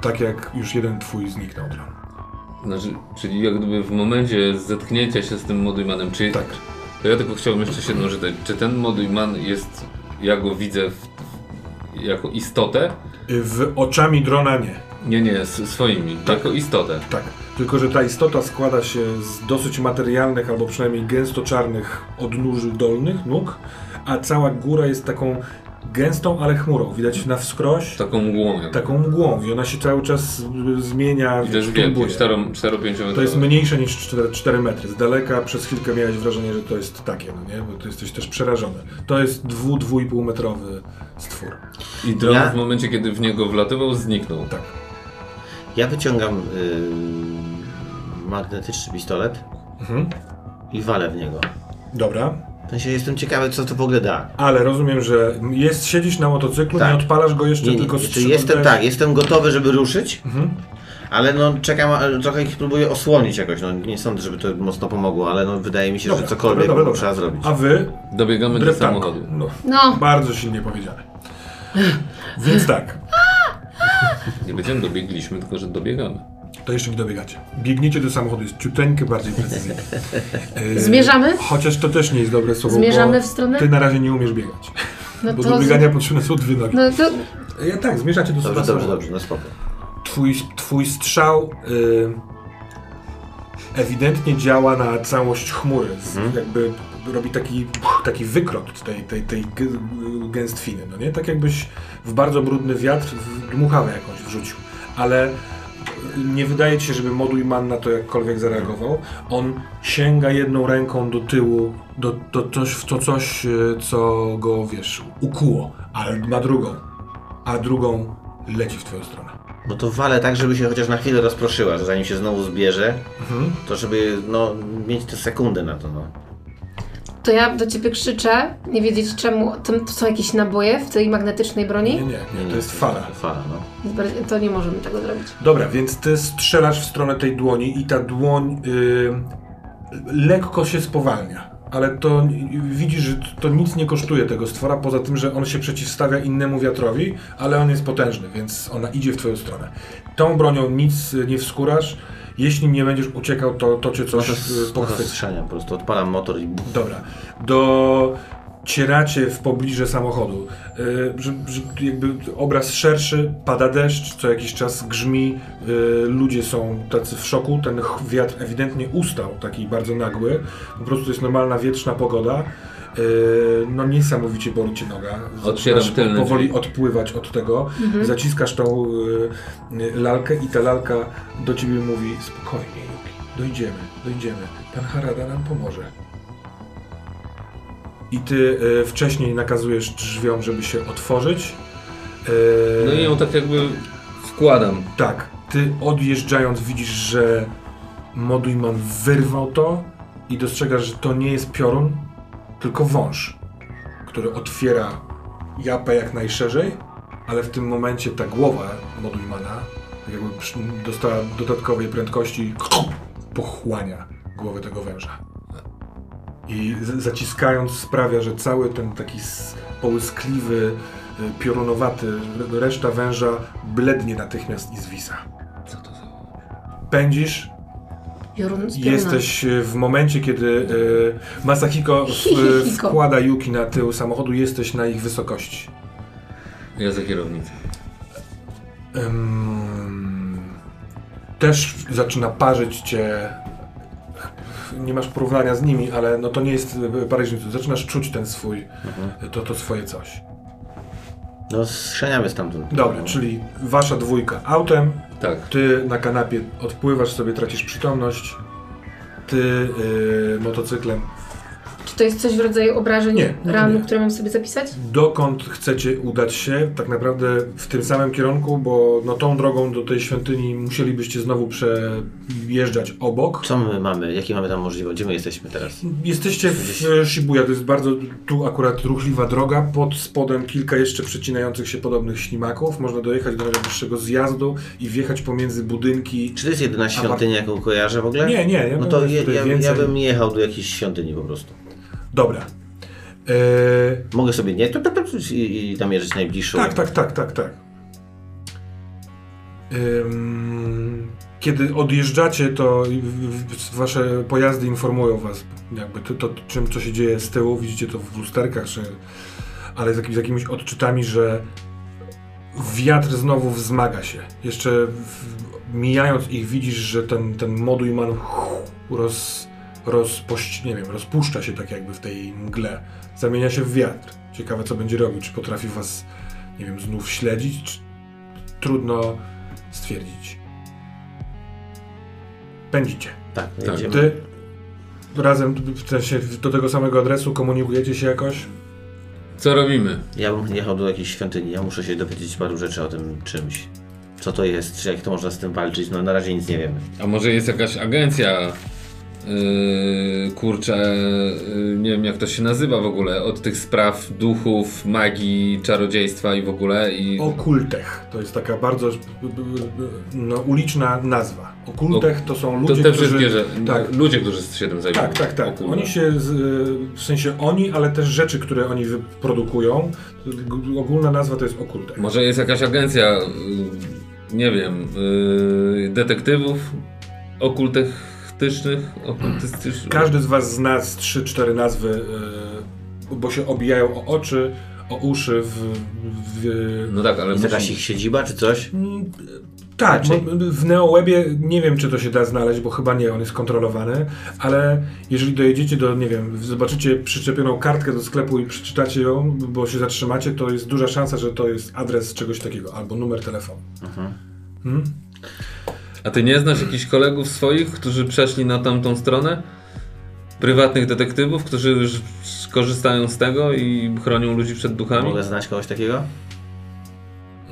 A: Tak jak już jeden twój zniknął dron.
D: Znaczy, czyli jak gdyby w momencie zetknięcia się z tym Modujmanem, czy...
A: Tak.
D: To ja tylko chciałbym jeszcze się jedną rzecz dodać. Czy ten Modujman jest, ja go widzę w, jako istotę?
A: Y, W oczami drona nie.
D: Nie, nie, s- swoimi. Jako istotę.
A: Tak. Tylko, że ta istota składa się z dosyć materialnych, albo przynajmniej gęsto czarnych odnóży dolnych nóg, a cała góra jest taką gęstą, ale chmurą. Widać na wskroś
D: Taką mgłą. jakby.
A: taką mgłą i ona się cały czas y, zmienia.
D: I to jest
A: sztumbuje.
D: wielkie, 4-5 metrów.
A: To jest mniejsze niż 4, 4 metry. Z daleka przez chwilkę miałeś wrażenie, że to jest takie, no nie? Bo ty jesteś też przerażony. To jest 2-2,5 metrowy stwór.
D: I dron
C: Ja-
D: w momencie, kiedy w niego wlatywał, zniknął.
A: Tak.
C: Ja wyciągam y, magnetyczny pistolet
A: Mhm.
C: i walę w niego.
A: Dobra.
C: W sensie jestem ciekawy, co to w ogóle da.
A: Ale rozumiem, że jest, siedzisz na motocyklu,
C: Tak.
A: nie odpalasz go jeszcze,
C: Nie, nie,
A: tylko
C: czy
A: strzelasz-
C: jestem tak, jestem gotowy, żeby ruszyć,
A: Mhm.
C: ale no czekam, a- trochę ich próbuję osłonić jakoś. No nie sądzę, żeby to mocno pomogło, ale no wydaje mi się,
A: Dobra,
C: że cokolwiek
A: dobra, dobra, dobra.
C: trzeba zrobić.
A: A wy?
D: Dobiegamy do
A: Dreptanko.
D: samochodu.
A: No,
B: No,
A: bardzo silnie powiedziane. Więc tak,
D: Nie będziemy dobiegliśmy, tylko że dobiegamy.
A: to jeszcze nie dobiegacie. Biegniecie do samochodu, jest ciuteńkę bardziej
B: <laughs>
A: precyzyjnie. Yy,
B: Zmierzamy?
A: Chociaż to też nie jest dobre słowo,
B: Zmierzamy
A: bo
B: w stronę?
A: ty na razie nie umiesz biegać.
B: no
A: bo do
B: to...
A: biegania potrzebne są dwie nogi.
B: No to...
A: Ja tak, zmierzacie do
C: Dobrze,
A: samochodu.
C: dobrze, dobrze, no spoko.
A: Twój, twój strzał y, ewidentnie działa na całość chmury. Z, Jakby robi taki, taki wykrot tej, tej, tej g- gęstwiny. No nie? Tak jakbyś w bardzo brudny wiatr w dmuchawę jakąś wrzucił. Ale nie wydaje ci się, żeby moduł man na to jakkolwiek zareagował. On sięga jedną ręką do tyłu, do, do coś, w to coś, y, co go, wiesz, ukuło, ale ma drugą, a drugą leci w twoją stronę.
C: No to walę tak, żeby się chociaż na chwilę rozproszyła, że zanim się znowu zbierze,
A: Mhm.
C: to żeby no, mieć te sekundy na to. No.
B: To ja do ciebie krzyczę, nie wiedzieć czemu. To, to są jakieś naboje w tej magnetycznej
A: Nie,
B: broni?
A: nie, nie, to jest fala.
C: Fala, no.
B: To nie możemy tego zrobić.
A: Dobra, więc ty strzelasz w stronę tej dłoni i ta dłoń y, lekko się spowalnia. Ale to y, widzisz, że to nic nie kosztuje tego stwora, poza tym, że on się przeciwstawia innemu wiatrowi, ale on jest potężny, więc ona idzie w twoją stronę. Tą bronią nic y, nie wskurasz. Jeśli nie będziesz uciekał, to, to cię
C: No
A: coś
C: to
A: y,
C: z
A: pochwyci.
C: rozstrzenia, po prostu odpalam motor i buf.
A: Dobra. Do cieracie w pobliże samochodu. Yy, że, że jakby obraz szerszy, pada deszcz, co jakiś czas grzmi, y, ludzie są tacy w szoku, ten ch- wiatr ewidentnie ustał, taki bardzo nagły. Po prostu jest normalna wietrzna pogoda. Y, No niesamowicie boli cię noga.
D: Otwieram
A: Zaczynasz
D: tylne
A: powoli
D: drzwi.
A: odpływać od tego. Zaciskasz tą y, y, lalkę i ta lalka do ciebie mówi spokojnie, Yuki, dojdziemy, dojdziemy. Pan Harada nam pomoże. I ty y, wcześniej nakazujesz drzwiom, żeby się otworzyć. Y,
D: No i ją tak jakby wkładam.
A: Tak, ty odjeżdżając widzisz, że Modujman wyrwał to i dostrzegasz, że to nie jest piorun, tylko wąż, który otwiera japę jak najszerzej, ale w tym momencie ta głowa Modujmana jakby przy- dostała dodatkowej prędkości pochłania głowę tego węża. I z- zaciskając sprawia, że cały ten taki s- połyskliwy, y, piorunowaty, r- reszta węża blednie natychmiast i zwisa.
D: Co to za...
A: Pędzisz,
B: Jorun z pioruna.
A: jesteś y, w momencie, kiedy y, Masahiko w, y,
B: <laughs> Hihihiko.
A: wkłada Yuki na tył samochodu, jesteś na ich wysokości.
D: Ja za kierownicę.
A: Ym, też zaczyna parzyć cię. Nie masz porównania z nimi, ale no to nie jest y, Paryżnicy. Zaczynasz czuć ten swój,
D: Mhm.
A: to, to swoje coś.
C: No strzeniamy stamtąd.
A: Dobra,
C: No.
A: czyli wasza dwójka autem,
D: Tak.
A: ty na kanapie odpływasz sobie, tracisz przytomność, ty y, motocyklem.
B: Czy to jest coś w rodzaju obrażeń
A: Nie, nie,
B: ran,
A: nie.
B: które mam sobie zapisać?
A: Dokąd chcecie udać się? Tak naprawdę w tym samym kierunku, bo no tą drogą do tej świątyni musielibyście znowu przejeżdżać obok.
C: Co my mamy? Jakie mamy tam możliwości? Gdzie my jesteśmy teraz?
A: Jesteście w Shibuya, to jest bardzo tu akurat ruchliwa droga, pod spodem kilka jeszcze przecinających się podobnych ślimaków, można dojechać do najbliższego zjazdu i wjechać pomiędzy budynki.
C: Czy to jest jedyna świątynia, jaką kojarzę w ogóle?
A: Nie, nie, ja
C: No
A: bym
C: to
A: też
C: ja,
A: tutaj
C: ja, ja
A: więcej-
C: bym jechał do jakiejś świątyni po prostu.
A: Dobra. Eee,
C: Mogę sobie nie tu, tu, tu, tu, i, i tam jeżdżać najbliższą.
A: tak, tak, tak, tak, tak. Ym, kiedy odjeżdżacie, to i w- w- wasze pojazdy informują was, jakby to, to czym, co się dzieje z tyłu, widzicie to w lusterkach, czy, ale z, jakimi, z jakimiś odczytami, że wiatr znowu wzmaga się. Jeszcze w, mijając ich widzisz, że ten, ten modujman roz, rozpoś, nie wiem, rozpuszcza się tak jakby w tej mgle, zamienia się w wiatr. Ciekawe, co będzie robił. Czy potrafi was, nie wiem, znów śledzić? Czy... Trudno stwierdzić. Pędzicie.
C: Tak, no
D: Tak.
C: idziemy.
A: Ty razem, w sensie do tego samego adresu komunikujecie się jakoś?
D: Co robimy?
C: Ja bym jechał do jakiejś świątyni, ja muszę się dowiedzieć paru rzeczy o tym czymś. Co to jest, czy jak to można z tym walczyć, no na razie nic nie wiemy.
D: A może jest jakaś agencja, yy, kurczę, yy, nie wiem jak to się nazywa w ogóle, od tych spraw duchów, magii, czarodziejstwa i w ogóle i...
A: O kultech. To jest taka bardzo b- b- b- no, uliczna nazwa. O kultech to są
D: to
A: ludzie,
D: te
A: którzy...
D: wszystkie, że
A: tak.
D: ludzie, którzy się tym zajmują.
A: Tak, tak, tak.
D: O kurwa.
A: Oni się, z, y, w sensie oni, ale też rzeczy, które oni wyprodukują. G- Ogólna nazwa to jest okultek.
D: Może jest jakaś agencja, yy, nie wiem, yy, detektywów okultystycznych, okultystycznych.
A: Każdy z was zna z 3-4 nazwy, y, bo się obijają o oczy, o uszy, w... w
D: No tak, ale
C: Jest
D: musi-
C: jakaś ich siedziba, czy coś?
A: Mm, Tak,
C: Raczej.
A: bo w NeoWebie nie wiem, czy to się da znaleźć, bo chyba nie, on jest kontrolowany, ale jeżeli dojedziecie do, nie wiem, zobaczycie przyczepioną kartkę do sklepu i przeczytacie ją, bo się zatrzymacie, to jest duża szansa, że to jest adres czegoś takiego, albo numer telefonu. Hmm?
D: A ty nie znasz jakichś kolegów swoich, którzy przeszli na tamtą stronę? Prywatnych detektywów, którzy już korzystają z tego i chronią ludzi przed duchami?
C: Mogę znać kogoś takiego?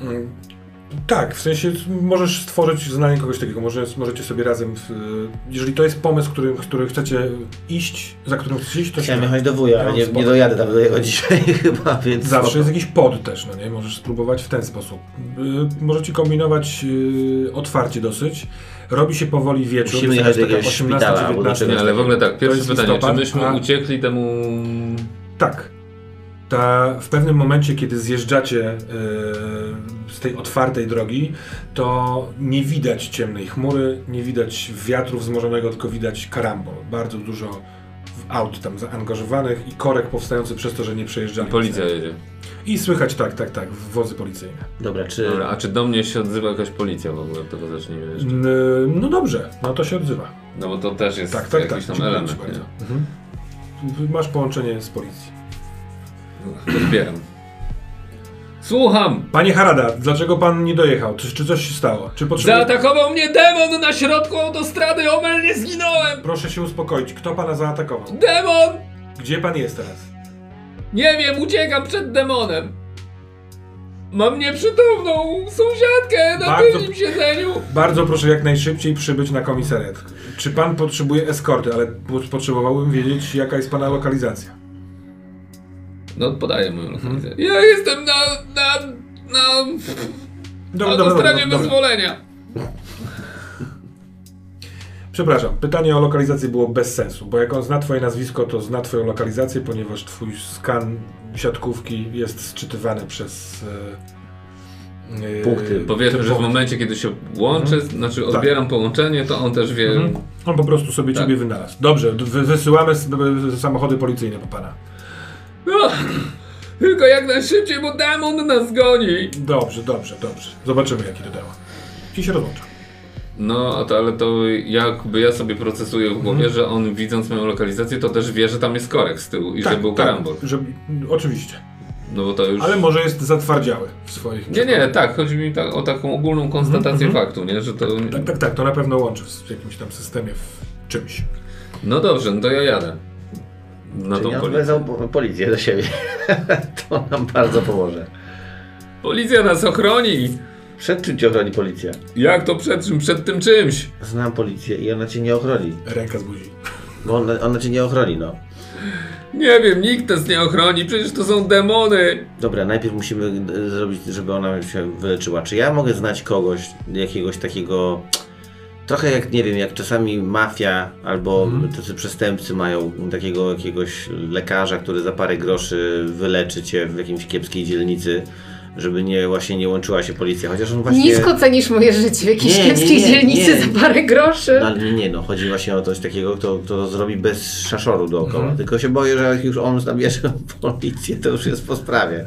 A: Mm, Tak, w sensie możesz stworzyć znanie kogoś takiego, może, możecie sobie razem, w, jeżeli to jest pomysł, który, który chcecie iść, za którym chcecie iść, to
C: Chciałem
A: się...
C: jechać do wuja, ale nie, nie dojadę tam do jego <laughs> dzisiaj chyba, więc...
A: Zawsze
C: spoko.
A: jest jakiś pod też, no nie? Możesz spróbować w ten sposób. Y, możecie kombinować y, otwarcie dosyć. Robi się powoli wieczór.
C: Musimy
A: to
C: jechać
A: jest
C: do
A: taka
C: jakiegoś szpitala albo
A: 18-19.
C: do
D: Nie,
C: czegoś.
D: ale w ogóle tak,
A: To
D: pierwsze
A: jest
D: pytanie, czy
A: listopad,
D: myśmy
A: a-
D: uciekli temu...
A: Tak. Ta, w pewnym momencie, kiedy zjeżdżacie y, z tej otwartej drogi, to nie widać ciemnej chmury, nie widać wiatru wzmożonego, tylko widać karambol. Bardzo dużo w- aut tam zaangażowanych i korek powstający przez to, że nie przejeżdżali.
D: Policja jedzie.
A: I słychać tak, tak, tak, wozy policyjne.
C: Dobra, czy...
D: Dobra, a czy do mnie się odzywa jakaś policja w ogóle, od tego zacznijmy jeszcze.
A: N- No dobrze, no to się odzywa.
D: No bo to też jest
A: Tak, tak, tak.
D: jakiś tam
A: Dziękuję
D: element,
A: ci bardzo.
D: nie?
A: Mhm. Masz połączenie z policji.
D: Odbieram. Słucham!
A: Panie Harada, dlaczego pan nie dojechał? Czy, czy coś się stało? Czy potrzebuje...
D: Zaatakował mnie demon na środku autostrady, omelnie zginąłem!
A: Proszę się uspokoić. Kto pana zaatakował?
D: Demon!
A: Gdzie pan jest teraz?
D: Nie wiem, uciekam przed demonem. Mam nieprzytomną sąsiadkę na
A: Bardzo-
D: tylnym siedzeniu.
A: Bardzo proszę jak najszybciej przybyć na komisariat. Czy pan potrzebuje eskorty, ale po- potrzebowałbym wiedzieć jaka jest pana lokalizacja.
D: No, podaję moją
A: Mhm.
D: lokalizację. Ja jestem na... na... na...
A: Dobra,
D: autostradzie wyzwolenia.
A: Przepraszam, pytanie o lokalizację było bez sensu, bo jak on zna twoje nazwisko, to zna twoją lokalizację, ponieważ twój skan siatkówki jest sczytywany przez... e, e,
C: Punkty.
D: Powiedzmy,
A: te
D: że w
A: punkty.
D: momencie, kiedy się łączę, znaczy odbieram połączenie, to on też wie...
A: Tak. Mhm. On po prostu sobie
D: Tak.
A: ciebie wynalazł. Dobrze, wy, wysyłamy s- b- samochody policyjne po pana.
D: No, tylko jak najszybciej, bo demon nas goni.
A: Dobrze, dobrze, dobrze. Zobaczymy jaki to działa. I się rozłącza.
D: No, a to, ale to jakby ja sobie procesuję w głowie,
A: Mhm.
D: że on widząc moją lokalizację, to też wie, że tam jest korek z tyłu i że był karambol.
A: Że, oczywiście.
D: No bo to już...
A: Tak, Ale może jest zatwardziały w swoich...
D: Nie, nie, tak, chodzi mi ta, o taką ogólną konstatację faktu, nie, że to...
A: Mhm, Tak, tak, tak, to na pewno łączy w jakimś tam systemie, w czymś.
D: No dobrze, no to ja jadę. Na
C: Czy
D: tą
C: nie
D: policję.
C: odwezą po- policję do siebie? <laughs> to nam bardzo pomoże.
D: Policja nas ochroni!
C: Przed czym cię ochroni policja?
D: Jak to przed czym? Przed tym czymś!
C: Znam policję i ona cię nie ochroni.
A: Ręka z buzi.
C: Bo ona, ona cię nie ochroni, no.
D: Nie wiem, nikt nas nie ochroni, przecież to są demony!
C: Dobra, najpierw musimy e, zrobić, żeby ona się wyleczyła. Czy ja mogę znać kogoś, jakiegoś takiego. Trochę jak nie wiem, jak czasami mafia albo tacy przestępcy mają takiego jakiegoś lekarza, który za parę groszy wyleczy cię w jakiejś kiepskiej dzielnicy żeby nie właśnie nie łączyła się policja, chociaż on właśnie...
B: Nisko cenisz moje życie w jakiejś
C: Nie, nie,
B: kiepskiej
C: nie,
B: dzielnicy
C: nie.
B: za parę groszy.
C: No, ale nie, nie, no chodzi właśnie o coś takiego, kto, kto to zrobi bez szaszoru dookoła.
A: Mhm.
C: Tylko się boję, że jak już on nabierze <laughs> policję, to już jest po sprawie.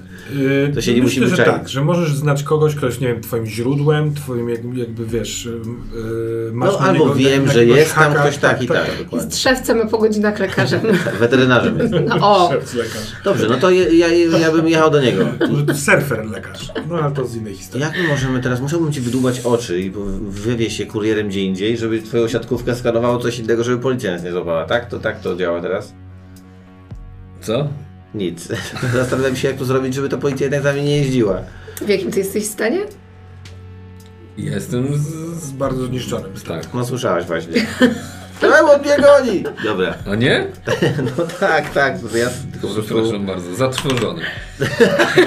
A: Yy,
C: To się
A: myślę,
C: nie musimy
A: że
C: czaić.
A: tak, że możesz znać kogoś, kto jest, nie wiem, twoim źródłem, twoim jak- jakby, wiesz, yy, masz
C: No
A: na
C: albo
A: niego
C: wiem,
A: na-
C: że
A: jakiegoś
C: jest tam
A: haka,
C: ktoś taki, tak, dokładnie.
B: Jest szewcem, a po godzinach lekarzem.
C: Weterynarzem jest.
B: No, o,
A: tak. <laughs> Szef lekarz.
C: Dobrze, no to ja, ja, ja bym jechał do niego.
A: Może to surfer lekarz, no ale to z innej historii.
C: Jak my możemy teraz, musiałbym ci wydłubać oczy i w- wywieźć się kurierem gdzie indziej, żeby twoją siatkówkę skanowało coś innego, żeby policja nas nie złapała, tak? To tak to działa teraz?
D: Co?
C: Nic. <laughs> Zastanawiam się jak to zrobić, żeby ta policja jednak za mnie nie jeździła.
B: w jakim ty jesteś stanie?
D: Jestem z...
A: Z bardzo zniszczonym stanem.
D: Tak.
C: No słyszałaś właśnie. Czemu mnie goni? Dobra.
D: A nie?
C: <laughs> No tak, tak, to ja tylko po prostu...
D: Przepraszam bardzo, zatrwożony.
C: <laughs>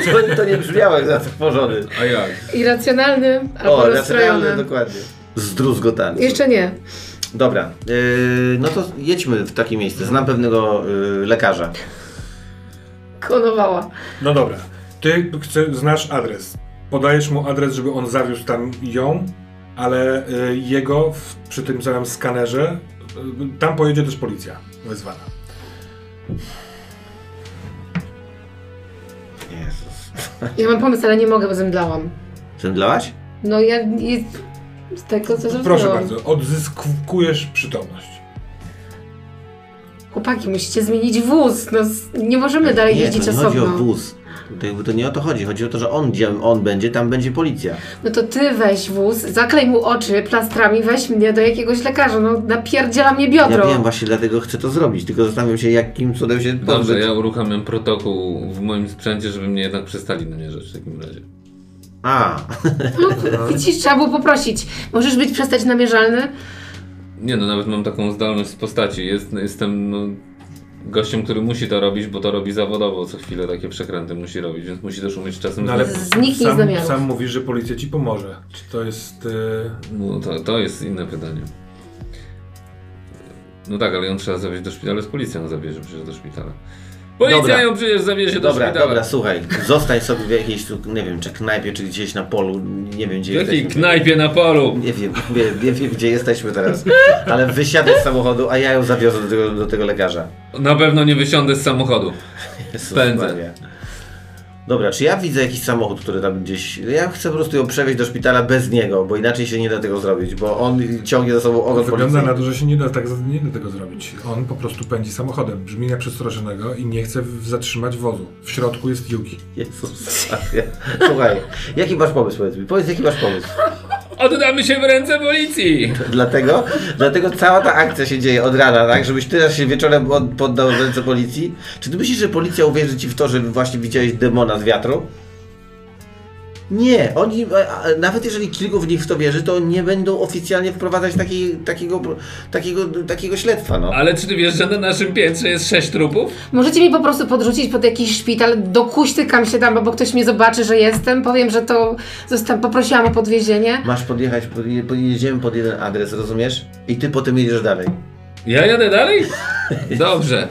C: To, to nie brzmiało jak zatrwożony.
D: A jak?
B: Irracjonalny albo
C: O, racjonalny,
B: rozstrojony.
C: dokładnie. Zdruzgotany.
B: Jeszcze nie.
C: Dobra, yy, no to jedźmy w takie miejsce. Znam pewnego yy, lekarza.
B: Konowała.
A: No dobra, ty chce, znasz adres. Podajesz mu adres, żeby on zawiózł tam ją, ale y, jego w, przy tym samym skanerze, y, tam pojedzie też policja wezwana.
C: Jezus.
B: Ja mam pomysł, ale nie mogę, bo zemdlałam.
C: Zemdlałaś?
B: No ja i- z tego co zrobiłam.
A: Proszę bardzo, odzyskujesz przytomność.
B: Chłopaki, musicie zmienić wóz. No, z- nie możemy dalej
C: nie,
B: jeździć
C: to nie chodzi
B: osobno.
C: o wóz. To, jakby to nie o to chodzi. Chodzi o to, że on, gdzie on będzie, tam będzie policja.
B: No to ty weź wóz, zaklej mu oczy plastrami, weź mnie do jakiegoś lekarza. No napierdziela mnie
C: Ja
B: biodro.
C: wiem, właśnie dlatego chcę to zrobić. Tylko zastanawiam się, jakim cudem się
D: Dobrze,
C: pozbyć.
D: ja uruchamiam protokół w moim sprzęcie, żeby mnie jednak przestali na nie rzecz w takim razie.
C: A,
B: no, widzisz, trzeba było poprosić. Możesz być przestać namierzalny?
D: Nie no, nawet mam taką zdolność z postaci. Jest, jestem no, gościem, który musi to robić, bo to robi zawodowo co chwilę takie przekręty musi robić, więc musi też umieć czasem...
A: No ale
D: znaleźć-
B: Zniknij z
A: sam,
B: zamiarów.
A: sam mówisz, że policja ci pomoże. Czy to jest... y,
D: No to, to jest inne pytanie. No tak, ale ją trzeba zawieźć do szpitala, ale z policją zawiezie przecież do szpitala. Policja
C: Dobra.
D: ją przecież zawiezie do
C: dobra,
D: szpitala.
C: dobra, słuchaj. Zostań sobie w jakiejś, tu, nie wiem, czy knajpie, czy gdzieś na polu. Nie wiem, gdzie
D: W jakiej
C: jesteśmy.
D: knajpie na polu?
C: Nie wiem, nie, nie wiem gdzie jesteśmy teraz, ale wysiadę z samochodu, a ja ją zawiozę do tego, do tego lekarza.
D: Na pewno nie wysiądę z samochodu.
C: Jezus
D: Pędzę.
C: Maria. Dobra, czy ja widzę jakiś samochód, który tam gdzieś... Ja chcę po prostu ją przewieźć do szpitala bez niego, bo inaczej się nie da tego zrobić, bo on ciągnie za sobą ogon
A: Wygląda na
C: policyjny.
A: to, że się nie da, tak, nie da tego zrobić. On po prostu pędzi samochodem, brzmi jak przestraszonego i nie chce w- zatrzymać wozu. W środku jest Yuki.
C: Jezus Maria. Słuchaj, jaki masz pomysł, powiedz mi? Powiedz, jaki masz pomysł?
D: Oddamy się w ręce policji!
C: Dlatego, dlatego cała ta akcja się dzieje od rana, tak? Żebyś ty raz się wieczorem od- poddał w ręce policji. Czy ty myślisz, że policja uwierzy ci w to, że właśnie widziałeś demona z wiatru? Nie, oni, a- a- nawet jeżeli kilku w nich w to wierzy, to nie będą oficjalnie wprowadzać takiej, takiego, takiego, takiego śledztwa, no.
D: Ale czy ty wiesz, że na naszym piętrze jest sześć trupów?
B: Możecie mi po prostu podrzucić pod jakiś szpital, dokuśtykam się tam, bo ktoś mnie zobaczy, że jestem, powiem, że to zosta- poprosiłam o podwiezienie.
C: Masz podjechać, podje- podjedziemy pod jeden adres, rozumiesz? I ty potem jedziesz dalej.
D: Ja jadę
C: <laughs>
D: dalej? Dobrze.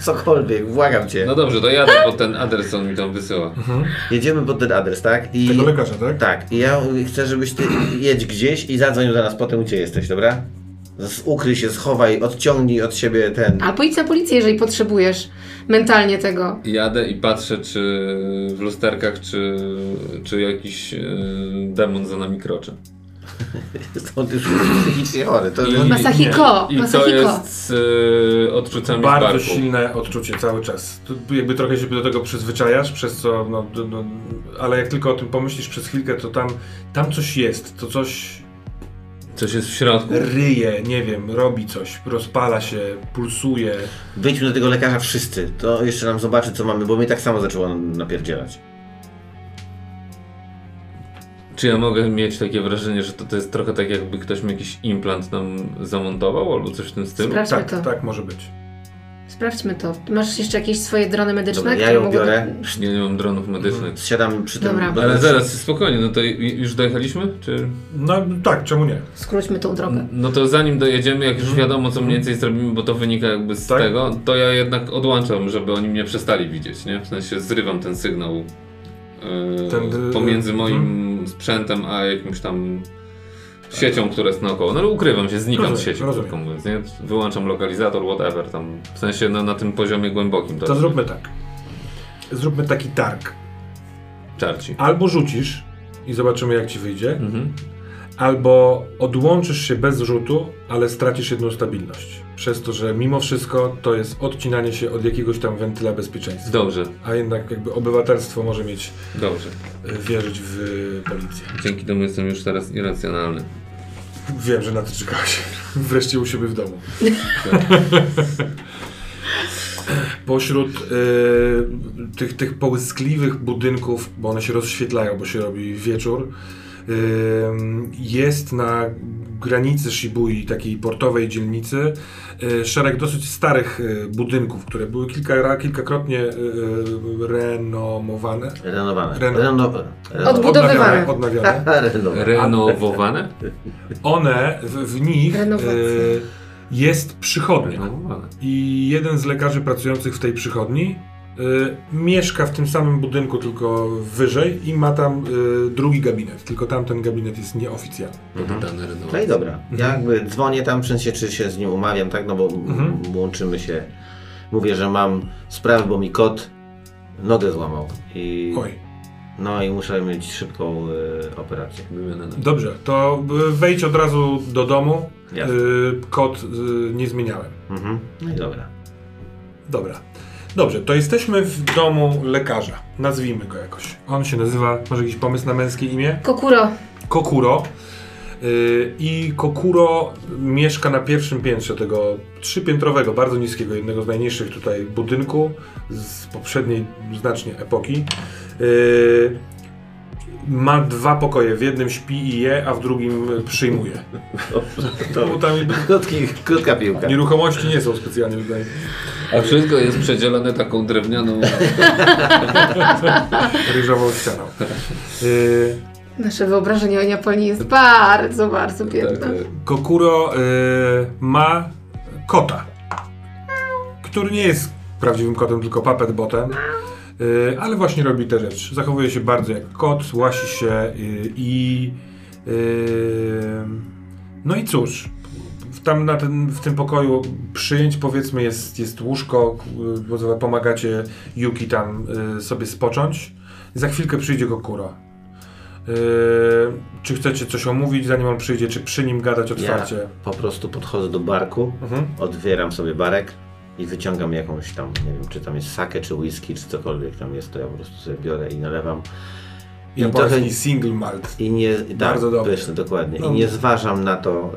C: Cokolwiek, błagam cię.
D: No dobrze, to jadę pod ten adres, co on mi tam wysyła.
C: Jedziemy pod ten adres, tak? I...
A: Tego lekarza, tak?
C: Tak, i ja chcę, żebyś ty jedź gdzieś i zadzwoń do nas potem, gdzie jesteś, dobra? Z- Ukryj się, schowaj, odciągnij od siebie ten. <laughs>
B: Albo idź na policję, jeżeli potrzebujesz mentalnie tego.
D: Jadę i patrzę, czy w lusterkach, czy, czy jakiś e, demon za nami kroczy.
C: On już jest psychicznie chory. To
D: I-
C: jest...
B: No, Masahiko,
D: I to
B: Masahiko.
D: jest z e, odczucami
A: Bardzo
D: barku.
A: silne odczucie cały czas. To jakby trochę się do tego przyzwyczajasz, przez co, no, d- no, ale jak tylko o tym pomyślisz przez chwilkę, to tam, tam coś jest, to coś
D: Coś jest w środku.
A: ryje, nie wiem, robi coś, rozpala się, pulsuje.
C: Wyjdźmy do tego lekarza wszyscy. To jeszcze nam zobaczy, co mamy, bo mnie tak samo zaczęło napierdzielać.
D: Czy ja mogę mieć takie wrażenie, że to, to jest trochę tak, jakby ktoś mi jakiś implant nam zamontował albo coś w tym stylu?
B: Sprawdźmy
A: Tak,
B: to.
A: tak może być.
B: Sprawdźmy to. Masz jeszcze jakieś swoje drony medyczne?
C: Dobra, ja
B: które
C: ją
B: mogą-
C: biorę.
D: Nie, nie mam dronów medycznych.
C: Siadam przy tym.
B: Dobra.
C: bo-
D: Ale zaraz, spokojnie, no to i- już dojechaliśmy? Czy...
A: No tak, czemu nie?
B: Skróćmy tą drogę.
D: No to zanim dojedziemy, jak już wiadomo co mniej więcej zrobimy, bo to wynika jakby z
A: Mhm. Tak.
D: tego, to ja jednak odłączam, żeby oni mnie przestali widzieć, nie? W sensie zrywam ten sygnał e,
A: Ten- y- mhm.
D: pomiędzy moim sprzętem a jakimś tam siecią, która jest naokoło. No ale ukrywam się, znikam z
A: Rozumiem,
D: sieci,
A: rozumiem.
D: krótko mówiąc. Nie? Wyłączam lokalizator, whatever, tam w sensie na, na tym poziomie głębokim.
A: To zróbmy tak. Zróbmy taki targ.
D: Czarci.
A: Albo rzucisz i zobaczymy jak ci wyjdzie,
D: Mhm.
A: albo odłączysz się bez rzutu, ale stracisz jedną stabilność. Przez to, że mimo wszystko to jest odcinanie się od jakiegoś tam wentyla bezpieczeństwa.
D: Dobrze,
A: A jednak jakby obywatelstwo może mieć,
D: dobrze.
A: y, wierzyć w y, policję.
D: Dzięki temu jestem już teraz irracjonalny.
A: Wiem, że na to czekałeś. Wreszcie u siebie w domu. Pośród y, tych, tych połyskliwych budynków, bo one się rozświetlają, bo się robi wieczór, y, jest na granicy Shibui, takiej portowej dzielnicy, y, szereg dosyć starych y, budynków, które były kilka, kilkakrotnie y, y, renomowane.
C: Renowane.
A: Reno-
C: Reno-
A: <laughs>
C: Reno-
B: Odbudowywane.
C: Tak,
A: Odnawiane.
C: Renowane.
D: Renowowane?
A: Tak. One, w, w nich y,
B: Renowacja.
A: jest przychodnia.
D: Renowowane.
A: I jeden z lekarzy pracujących w tej przychodni y, mieszka w tym samym budynku, tylko wyżej i ma tam y, drugi gabinet. Tylko tamten gabinet jest nieoficjalny.
D: Poddane
C: No i
D: renowacji.
C: dobra. Ja jakby dzwonię tam, w sensie, czy się z nim umawiam, tak? No bo m-
A: Mhm.
C: łączymy się. Mówię, że mam sprawę, bo mi kot nogę złamał. I,
A: Oj,
C: no i muszę mieć szybką y, operację.
D: Wymiana na-
A: dobrze, to y, wejdź od razu do domu.
C: Jasne.
A: Y, Kod y, nie zmieniałem.
C: Mhm. No i dobra.
A: Dobra. Dobrze, to jesteśmy w domu lekarza. Nazwijmy go jakoś. On się nazywa, może jakiś pomysł na męskie imię?
B: Kokuro,
A: Kokuro. Y, I Kokuro mieszka na pierwszym piętrze tego trzypiętrowego, bardzo niskiego, jednego z najniższych tutaj budynku z poprzedniej znacznie epoki. Y, Ma dwa pokoje, w jednym śpi i je, a w drugim przyjmuje. <laughs> Bo tam
C: Krótki, krótka piłka.
A: nieruchomości nie są specjalnie tutaj.
D: A wszystko jest przedzielone
B: <laughs>
D: taką drewnianą...
A: ryżową ścianą. Y,
B: nasze wyobrażenie o Japonii jest bardzo, bardzo biedne.
D: Tak,
A: Kokuro y, ma kota, który nie jest prawdziwym kotem, tylko puppet botem, y, ale właśnie robi tę rzecz. Zachowuje się bardzo jak kot, łasi się y, i... y, no i cóż, w- tam na ten, w tym pokoju przyjęć powiedzmy jest, jest łóżko, y, pomagacie Yuki tam y, sobie spocząć. Za chwilkę przyjdzie Kokuro. Yy, czy chcecie coś omówić, zanim on przyjdzie, czy przy nim gadać
C: Ja
A: otwarcie?
C: po prostu podchodzę do barku,
A: Mhm.
C: odwieram sobie barek i wyciągam jakąś tam, nie wiem, czy tam jest sake, czy whisky, czy cokolwiek tam jest, to ja po prostu sobie biorę i nalewam. I
A: Japoński
C: trochę-
A: single malt.
C: I nie, tak,
A: Bardzo dobry.
C: pyszny, dokładnie.
A: No.
C: I nie zważam na to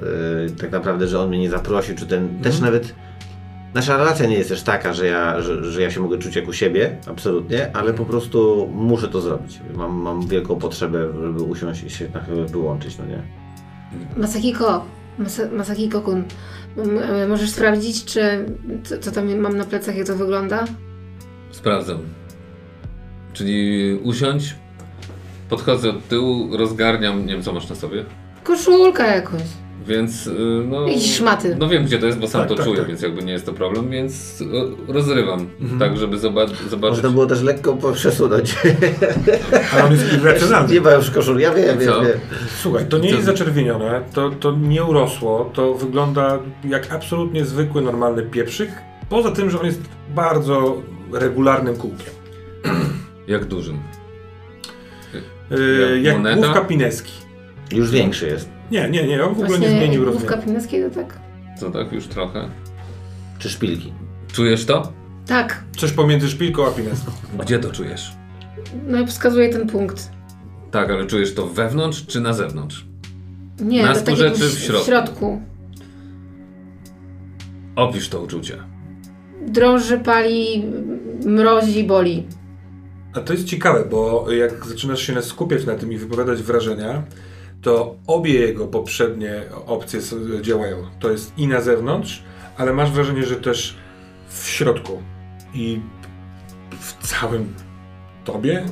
C: y, tak naprawdę, że on mnie nie zaprosił, czy ten, też
A: Mhm.
C: nawet nasza relacja nie jest też taka, że ja, że, że ja się mogę czuć jak u siebie, absolutnie, ale po prostu muszę to zrobić. Mam, mam wielką potrzebę, żeby usiąść i się na chwilę wyłączyć, no nie?
B: Masakiko, Masa, Masakiko kun, m- m- możesz sprawdzić, czy co, co tam mam na plecach, jak to wygląda?
D: Sprawdzam. Czyli usiądź, podchodzę od tyłu, rozgarniam, nie wiem co masz na sobie,
B: Koszulka jakąś.
D: więc y, no...
B: I szmaty.
D: No wiem gdzie to jest, bo sam
A: Tak,
D: to
A: tak,
D: czuję,
A: tak. Mhm.
D: więc jakby nie jest to problem, więc y, rozrywam, tak żeby zoba zobaczyć...
C: Można było też lekko
A: <laughs>
C: przesunąć.
A: Ale on jest irracjonalny.
C: nie ma już koszul, ja wiem, wiem,
D: No Co?
C: wiem.
A: Słuchaj, to nie jest zaczerwienione, to, to nie urosło, to wygląda jak absolutnie zwykły, normalny pieprzyk, poza tym, że on jest bardzo regularnym kółkiem.
D: Jak dużym.
A: Yy,
D: Jak
A: jak
D: moneta?
A: główka pineski.
C: Już większy jest.
A: Nie, nie, nie, on w ogóle nie zmienił
B: główka
A: rozmiaru.
B: Pineskiego, tak?
D: To tak już trochę.
C: Czy szpilki?
D: Czujesz to?
B: Tak,
A: Coś pomiędzy szpilką a pineską.
D: Gdzie to czujesz?
B: no i wskazuje ten punkt.
D: Tak, ale czujesz to wewnątrz czy na zewnątrz?
B: Nie,
D: Na
B: to tak
D: skórze
B: jakby
D: czy w
B: w
D: środku?
B: środku.
D: Opisz to uczucie.
B: Drąży, pali, mrozi, boli.
A: A to jest ciekawe, bo jak zaczynasz się skupiać na tym i wypowiadać wrażenia, to obie jego poprzednie opcje s- działają. To jest i na zewnątrz, ale masz wrażenie, że też w środku i w całym tobie.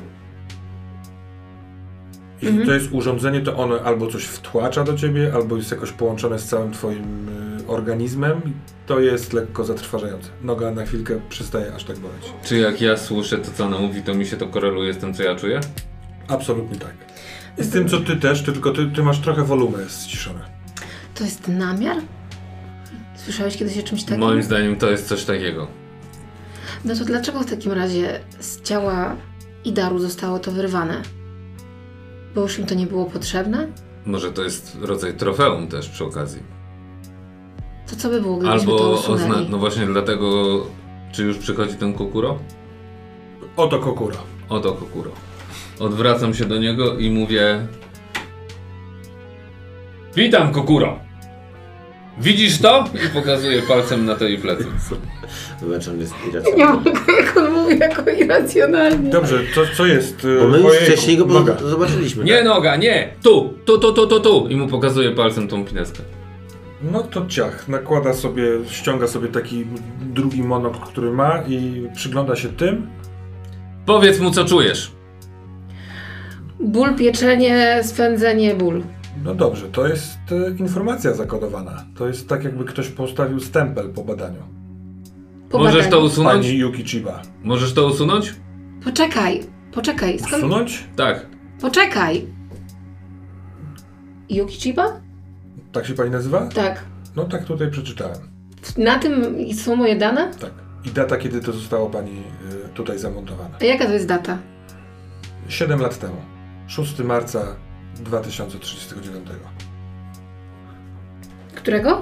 A: Jeśli to jest urządzenie, to ono albo coś wtłacza do ciebie, albo jest jakoś połączone z całym twoim y, organizmem. To jest lekko zatrważające. Noga na chwilkę przestaje aż tak boleć.
D: Czy jak ja słyszę to, co ona mówi, to mi się to koreluje z tym, co ja czuję?
A: Absolutnie tak. I z tym, co ty też, ty, tylko ty, ty masz trochę wolumę ściszone.
B: To jest namiar? Słyszałeś kiedyś o czymś takim?
D: Moim zdaniem to jest coś takiego.
B: No to dlaczego w takim razie z ciała Idaru zostało to wyrwane? Bo już im to nie było potrzebne?
D: Może to jest rodzaj trofeum też przy okazji.
B: To co by było, gdybyśmy to
D: Albo ozna...
B: usunęli?
D: No właśnie dlatego, czy już przychodzi ten kokuro?
A: Oto kokura.
D: Oto kokuro. Odwracam się do niego i mówię... Witam kokuro! Widzisz to? I pokazuję palcem na to jej plecy.
C: Wymęczony jest
B: Nie
C: irracjonalny.
B: mogę, jak on mówi, jako irracjonalnie.
A: Dobrze, co, co jest? y,
C: Bo my już
A: ojejku,
C: wcześniej go
A: noga.
C: po- zobaczyliśmy.
D: Nie
C: tak?
D: noga, nie! Tu! Tu, tu, tu, tu, tu! I mu pokazuję palcem tą pineskę.
A: No to ciach, nakłada sobie, ściąga sobie taki drugi monokl, który ma i przygląda się tym.
D: Powiedz mu, co czujesz.
B: Ból, pieczenie, swędzenie, ból.
A: No dobrze, to jest e, informacja zakodowana. To jest tak jakby ktoś postawił stempel po badaniu.
B: Po
D: Możesz to
B: badaniu.
D: usunąć?
A: Pani Yuki Chiba.
D: Możesz to usunąć?
B: Poczekaj, poczekaj, skąd...
A: Usunąć?
D: Tak.
B: Poczekaj! Yuki Chiba?
A: Tak się pani nazywa?
B: Tak.
A: No tak tutaj przeczytałem.
B: W- Na tym są moje dane?
A: Tak. I data, kiedy to zostało pani y, tutaj zamontowane.
B: A jaka to jest data?
A: 7 lat temu. 6 marca 2039.
B: Którego?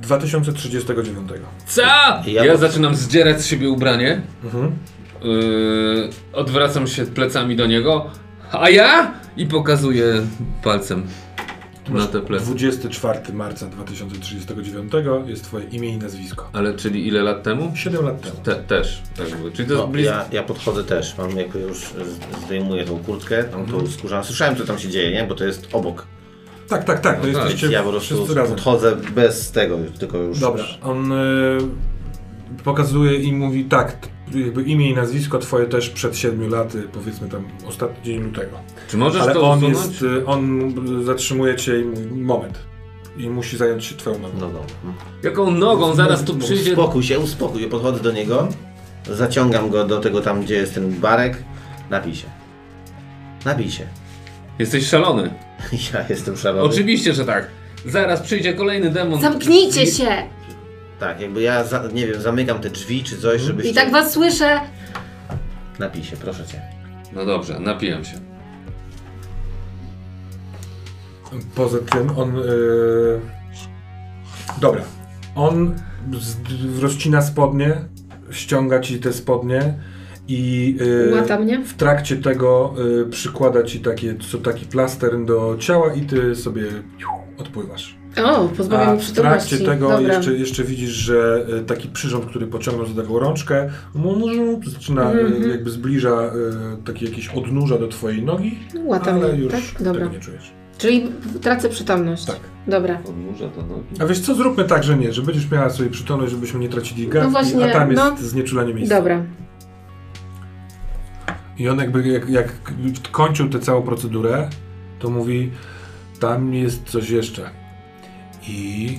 A: 2039.
D: Co?
C: Ja-
D: Ja, zaczynam zdzierać z siebie ubranie.
A: Mhm.
D: Yy, odwracam się plecami do niego. A ja? I pokazuję palcem na te plecy.
A: 24 marca 2039 jest twoje imię i nazwisko.
D: Ale czyli ile lat temu?
A: 7 lat temu.
D: Te, też. Tak było. Czyli to
C: No,
D: jest blisko.
C: ja, ja podchodzę też, mam jakby już z- zdejmuję tą kurtkę, tam
A: Mhm.
C: tą skórzę. Słyszałem co tam się dzieje, nie? Bo to jest obok.
A: Tak, tak, tak. No
D: tak,
A: jesteście
C: Ja po prostu
A: wszyscy razem.
C: podchodzę bez tego, tylko już.
A: Dobra, on y, pokazuje i mówi tak, t- jakby imię i nazwisko twoje też przed 7 laty, powiedzmy tam ostatni dzień lutego.
D: Czy możesz
A: Ale
D: to
A: on
D: usunąć?
A: jest, y, on zatrzymuje cię i mówi moment. I musi zająć się twoją nogą.
C: No, no.
D: Jaką nogą? Zaraz tu przyjdzie.
C: Uspokój się, uspokój. Podchodzę do niego, zaciągam go do tego tam, gdzie jest ten barek. Napij się. Napij się. <laughs>
D: Jesteś szalony.
C: Ja jestem szalony.
D: Oczywiście, że tak. Zaraz przyjdzie kolejny demon.
B: Zamknijcie się!
C: Tak, jakby ja, za, nie wiem, zamykam te drzwi czy
A: Mhm.
C: coś, żebyś...
B: I tak was słyszę.
C: Napij się, proszę cię.
D: No dobrze, napijam się.
A: Poza tym on... Y, dobra, on z, rozcina spodnie, ściąga ci te spodnie i... y,
B: Łata mnie.
A: W trakcie tego y, przykłada ci takie, co, taki plaster do ciała i ty sobie odpływasz.
B: O, pozbawiam
A: A
B: mnie
A: w trakcie
B: przytomności.
A: tego
B: Dobra.
A: jeszcze, jeszcze widzisz, że y, taki przyrząd, który pociągnął za taką rączkę, mu mu- zaczyna,
B: Mhm.
A: y, jakby zbliża y, taki jakiś odnóża do twojej nogi,
B: Łata
A: ale
B: mnie,
A: już
B: No, tak?
A: tego
B: Dobra.
A: nie czujesz.
B: Czyli tracę przytomność.
A: Tak.
B: Dobra.
D: Odmurza to nogi.
A: A wiesz co, zróbmy tak, że nie, że będziesz miała sobie przytomność, żebyśmy nie tracili gadki,
B: właśnie,
A: a tam jest
B: no.
A: znieczulenie miejsca.
B: Dobra.
A: I on jakby jak, jak kończył tę całą procedurę, to mówi, tam jest coś jeszcze. I...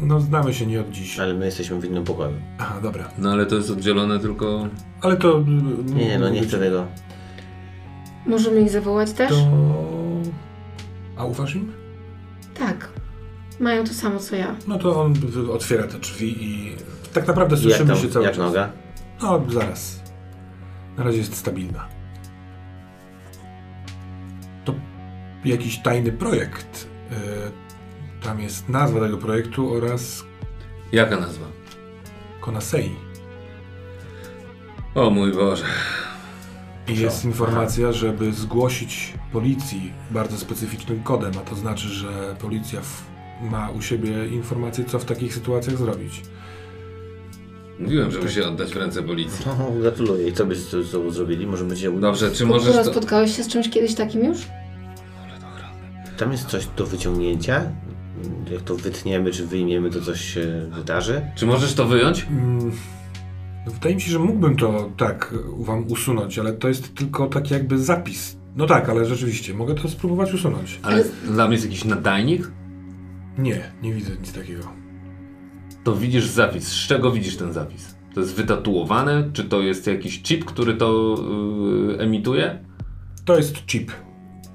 A: No znamy się nie od dziś.
C: Ale my jesteśmy w innym pokoju.
A: Aha, dobra.
D: No ale to jest oddzielone tylko.
A: Ale to... mm,
C: Nie, nie, no nie chcę tego.
B: Możemy ich zawołać też?
A: To... A ufasz im?
B: Tak. Mają to samo co ja.
A: No to on w- otwiera te drzwi i... Tak naprawdę
C: I Jak
A: słyszymy
C: tam,
A: się cały
C: jak
A: czas.
C: noga?
A: No, zaraz. Na razie jest stabilna. To jakiś tajny projekt. Y, Tam jest nazwa tego projektu oraz
D: Jaka nazwa?
A: Konasei.
D: O mój Boże.
A: I jest informacja, żeby zgłosić policji bardzo specyficznym kodem, a to znaczy, że policja w- ma u siebie informacje, co w takich sytuacjach zrobić.
D: Mówiłem, żeby się oddać w ręce policji.
C: No, gratuluję. I co byście z sobą zrobili? Może będzie...
D: Dobrze, czy
B: Kura,
D: możesz to...
B: spotkałeś się z czymś kiedyś takim już?
C: Tam jest coś do wyciągnięcia? Jak to wytniemy czy wyjmiemy, to coś się wydarzy?
D: Czy możesz to wyjąć?
A: Mm, Wydaje mi się, że mógłbym to tak wam usunąć, ale to jest tylko taki jakby zapis. No tak, ale rzeczywiście, mogę to spróbować usunąć.
E: Ale dla mnie jest jakiś nadajnik?
A: Nie, nie widzę nic takiego.
E: To widzisz zapis. Z czego widzisz ten zapis? To jest wytatuowane? Czy to jest jakiś chip, który to yy, emituje?
A: To jest chip.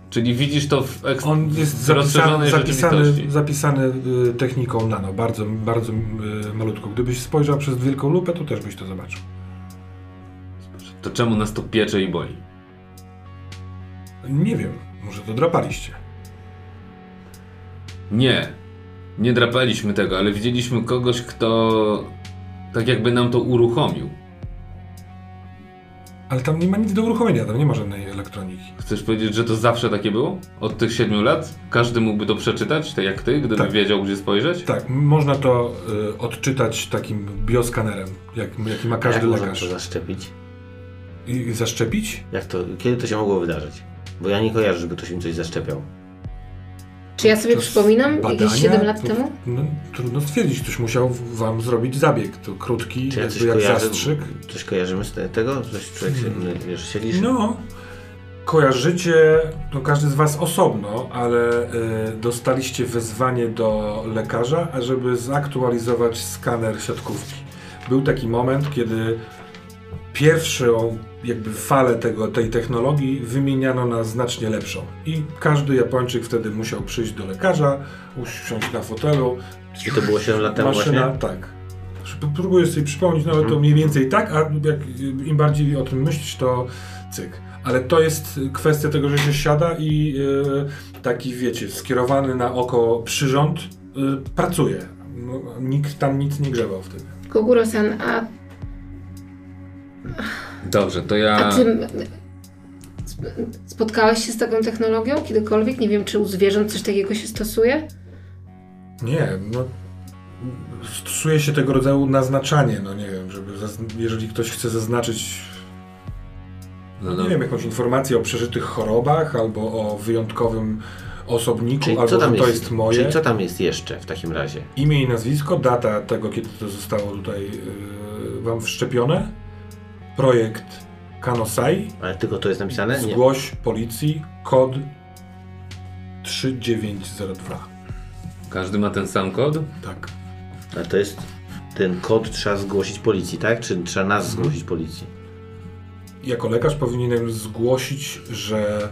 E: Czyli widzisz to w, eks-
A: On jest
E: w
A: zapisany,
E: rozszerzonej
A: zapisany,
E: rzeczywistości.
A: zapisany y, techniką nano, bardzo, bardzo y, malutko. Gdybyś spojrzał przez wielką lupę, to też byś to zobaczył.
E: To czemu nas to piecze i boli?
A: Nie wiem, może to drapaliście.
E: Nie. Nie drapaliśmy tego, ale widzieliśmy kogoś, kto tak jakby nam to uruchomił.
A: Ale tam nie ma nic do uruchomienia, tam nie ma żadnej elektroniki.
E: Chcesz powiedzieć, że to zawsze takie było? Od tych siedmiu lat? Każdy mógłby to przeczytać, tak jak ty, gdyby
A: Tak.
E: wiedział, gdzie spojrzeć?
A: Tak, m- można to y, odczytać takim bioskanerem, jak, jaki ma każdy
C: jak można
A: lekarz.
C: to zaszczepić?
A: I, I zaszczepić?
C: Jak to, kiedy to się mogło wydarzyć? Bo ja nie kojarzę, żeby ktoś mi coś zaszczepiał.
B: Czy ja sobie
A: To
B: przypominam
A: badania?
B: jakieś 7 lat
A: To-
B: temu?
A: No, trudno stwierdzić, ktoś musiał wam zrobić zabieg. To krótki,
C: Czy ja coś
A: jakby jak
C: kojarzę?
A: zastrzyk. Hmm.
C: Coś kojarzymy z te- tego? Coś człowiek się, wiesz, siedzisz?
A: No, kojarzycie, no każdy z was osobno, ale y, dostaliście wezwanie do lekarza, ażeby zaktualizować skaner siatkówki. Był taki moment, kiedy pierwszą jakby falę tego, tej technologii wymieniano na znacznie lepszą. I każdy Japończyk wtedy musiał przyjść do lekarza, usiąść na fotelu,
C: I to było 7 lat temu
A: Maszyna,
C: właśnie? Mhm.
A: tak. Prz- Próbuję sobie przypomnieć, no ale to mniej więcej tak, a jak, im bardziej o tym myślisz, to cyk. Ale to jest y, kwestia tego, że się siada i y, taki, wiecie, skierowany na oko przyrząd y, pracuje. No, nikt tam nic nie grzebał wtedy.
B: Koguro-san, a,
A: Tak.
D: Dobrze, to ja...
B: a ty m, sp- spotkałeś się z taką technologią kiedykolwiek? Nie wiem, czy u zwierząt coś takiego się stosuje?
A: Nie, no stosuje się tego rodzaju naznaczanie, no nie wiem, żeby zazn- jeżeli ktoś chce zaznaczyć
E: No,
A: nie wiem, jakąś informację o przeżytych chorobach albo o wyjątkowym osobniku,
C: Czyli
A: albo
C: co tam
A: że
C: jest,
A: to jest moje.
C: Czyli co tam jest jeszcze w takim razie?
A: Imię i nazwisko, data tego, kiedy to zostało tutaj y, Wam wszczepione, projekt Kanosai,
C: Ale tylko to jest napisane? Nie.
A: zgłoś policji, kod 3902.
D: Każdy ma ten sam kod?
A: Tak.
C: Ale to jest... Ten kod trzeba zgłosić policji, tak? Czy trzeba nas zgłosić policji?
A: Jako lekarz powinienem zgłosić, że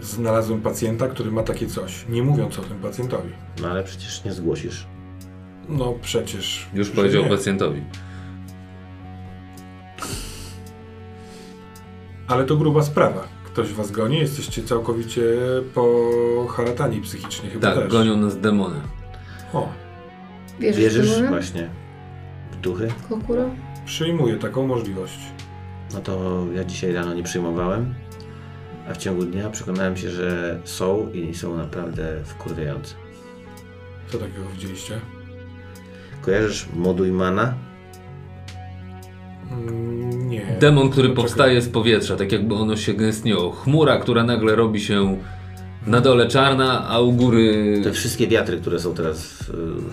A: znalazłem pacjenta, który ma takie coś, nie mówiąc o tym pacjentowi.
C: No ale przecież nie zgłosisz.
A: No przecież...
D: Już
A: że
D: powiedział
A: nie.
D: pacjentowi.
A: Ale to gruba sprawa. Ktoś was goni, jesteście całkowicie poharatani psychicznie chyba
D: Tak,
A: też.
D: gonią nas demony.
A: O.
B: Wierzysz, w
C: Wierzysz
B: demona?
C: właśnie w duchy?
B: Kokuro?
A: Przyjmuję taką możliwość.
C: No to ja dzisiaj rano nie przyjmowałem, a w ciągu dnia przekonałem się, że są i są naprawdę wkurwiające.
A: Co takiego widzieliście?
C: Kojarzysz Moduimana?
A: Mm, Nie.
D: Demon, który
A: Poczekaj.
D: powstaje z powietrza, tak jakby ono się gęstniło. Chmura, która nagle robi się na dole czarna, a u góry
C: Te wszystkie wiatry, które są teraz w,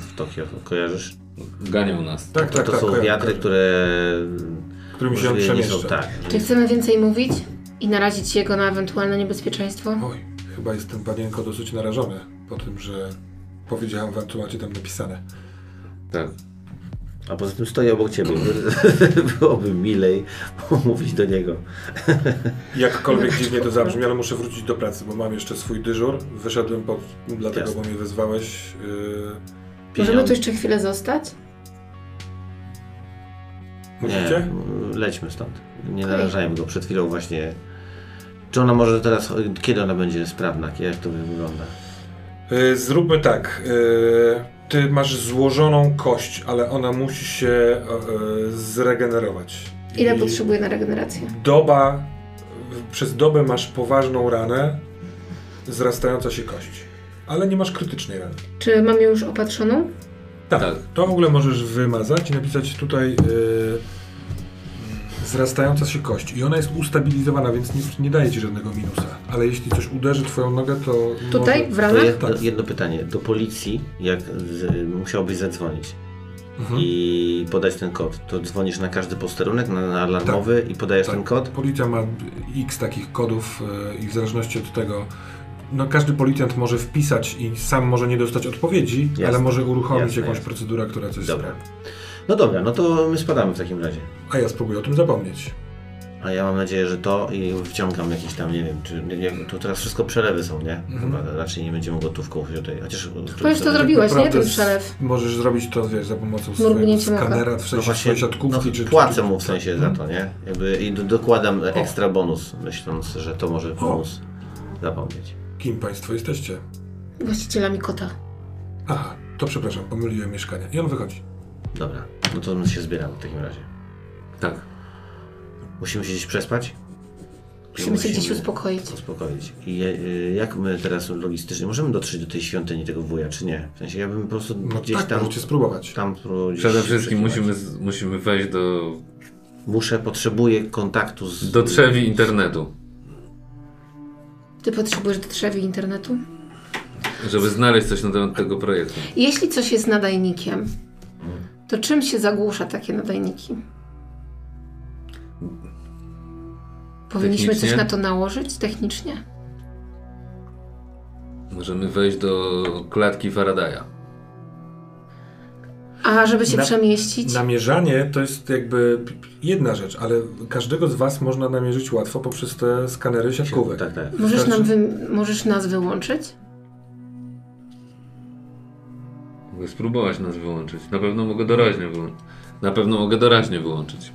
C: w Tokio, kojarzysz?
D: ganią nas.
A: Tak,
C: To,
A: tak,
C: to
A: tak.
C: są
A: kojarzę,
C: wiatry,
A: kojarzę.
C: które
A: którymi się on
C: możliwie nie
A: przemieszcza.
C: są tak.
B: Czy chcemy więcej mówić i narazić jego na ewentualne niebezpieczeństwo?
A: Oj, chyba jestem panienko dosyć narażony po tym, że powiedziałem wam, co macie tam napisane.
D: Tak.
C: A poza tym stoję obok ciebie. <laughs> Byłoby milej <laughs> mówić do niego.
A: Jakkolwiek dziwnie to zabrzmi, ale muszę wrócić do pracy, bo mam jeszcze swój dyżur. Wyszedłem pod, dlatego,
C: Jasne.
A: bo mnie wezwałeś. Yy,
B: Możemy tu
C: Pieniądze.
B: jeszcze chwilę zostać?
C: Nie,
A: musicie?
C: lećmy stąd. Nie
B: Okej.
C: narażajmy go. Przed chwilą właśnie. Czy ona może teraz, kiedy ona będzie sprawna? Jak to wygląda?
A: Yy, zróbmy tak. Yy, ty masz złożoną kość, ale ona musi się yy, zregenerować.
B: Ile
A: I-
B: potrzebuje na regenerację?
A: Doba, w- przez dobę masz poważną ranę, zrastająca się kość, ale nie masz krytycznej rany.
B: Czy mam ją już opatrzoną?
A: Tak,
D: Tak.
A: to w ogóle możesz wymazać i napisać tutaj yy, zrastająca się kość i ona jest ustabilizowana, więc nie, nie daje ci żadnego minusa, ale jeśli coś uderzy twoją nogę, to
B: Tutaj,
A: może...
B: w
C: To
B: ramach?
C: jedno,
A: Tak.
C: jedno pytanie. Do policji, jak z, musiałbyś zadzwonić,
A: Mhm.
C: i podać ten kod. To dzwonisz na każdy posterunek, na, na alarmowy i podajesz
A: Tak.
C: ten kod.
A: Policja ma x takich kodów y, i w zależności od tego, no każdy policjant może wpisać i sam może nie dostać odpowiedzi,
C: Jasne.
A: ale może uruchomić
C: Jasne,
A: jakąś
C: jasne.
A: procedurę, która coś
C: Dobra.
A: sprawi.
C: No dobra, no to my spadamy w takim razie.
A: A ja spróbuję o tym zapomnieć.
C: A ja mam nadzieję, że to i wciągam jakieś tam, nie wiem, czy nie, nie, tu teraz wszystko przelewy są, nie?
A: Mhm.
C: Chyba raczej nie będziemy gotówką tutaj, chociaż...
B: To już to zrobiłeś,
A: Tak
B: nie?
A: Naprawdę
B: Ten
A: s-
B: przelew.
A: Możesz zrobić to, wiesz, za pomocą swojego
B: Mrugnięciem oka.
A: skanera, w sensie
C: No właśnie,
A: swojej siatkówki,
C: no,
A: czy... Mhm.
C: płacę
A: czy-
C: mu w sensie za to, nie? Jakby i do, dokładam ekstra bonus, myśląc, że to może pomóc zapomnieć.
A: Kim państwo jesteście?
B: Właścicielami kota.
A: Aha, to przepraszam, pomyliłem mieszkanie. I on wychodzi.
C: Dobra, no to my się zbieramy w takim razie.
E: Tak.
C: Musimy się gdzieś przespać?
B: Musimy się gdzieś uspokoić.
C: Uspokoić. I y, jak my teraz logistycznie możemy dotrzeć do tej świątyni tego wuja, czy nie? W sensie ja bym po prostu
A: No
C: gdzieś
A: tak,
C: tam...
A: możecie spróbować.
C: tam spróbował gdzieś
D: Przede
C: się
D: wszystkim
C: przekiwać.
D: musimy, z- musimy wejść do,
C: Muszę, potrzebuję kontaktu z...
D: do trzewi internetu,
B: Ty potrzebujesz do drzewi internetu?
D: żeby znaleźć coś na temat tego projektu.
B: Jeśli coś jest nadajnikiem, to czym się zagłusza takie nadajniki? Powinniśmy coś
D: Technicznie?
B: na to nałożyć technicznie?
D: Możemy wejść do klatki Faradaya.
B: A żeby się
A: Na-
B: przemieścić?
A: Namierzanie to jest jakby jedna rzecz, ale każdego z was można namierzyć łatwo poprzez te skanery siatkówek.
C: Tak, tak.
B: możesz, nam
A: Znaczy-
B: wy, możesz nas wyłączyć?
D: Mogę spróbować nas wyłączyć. Na pewno mogę doraźnie wyłączyć. Na pewno mogę doraźnie wyłączyć.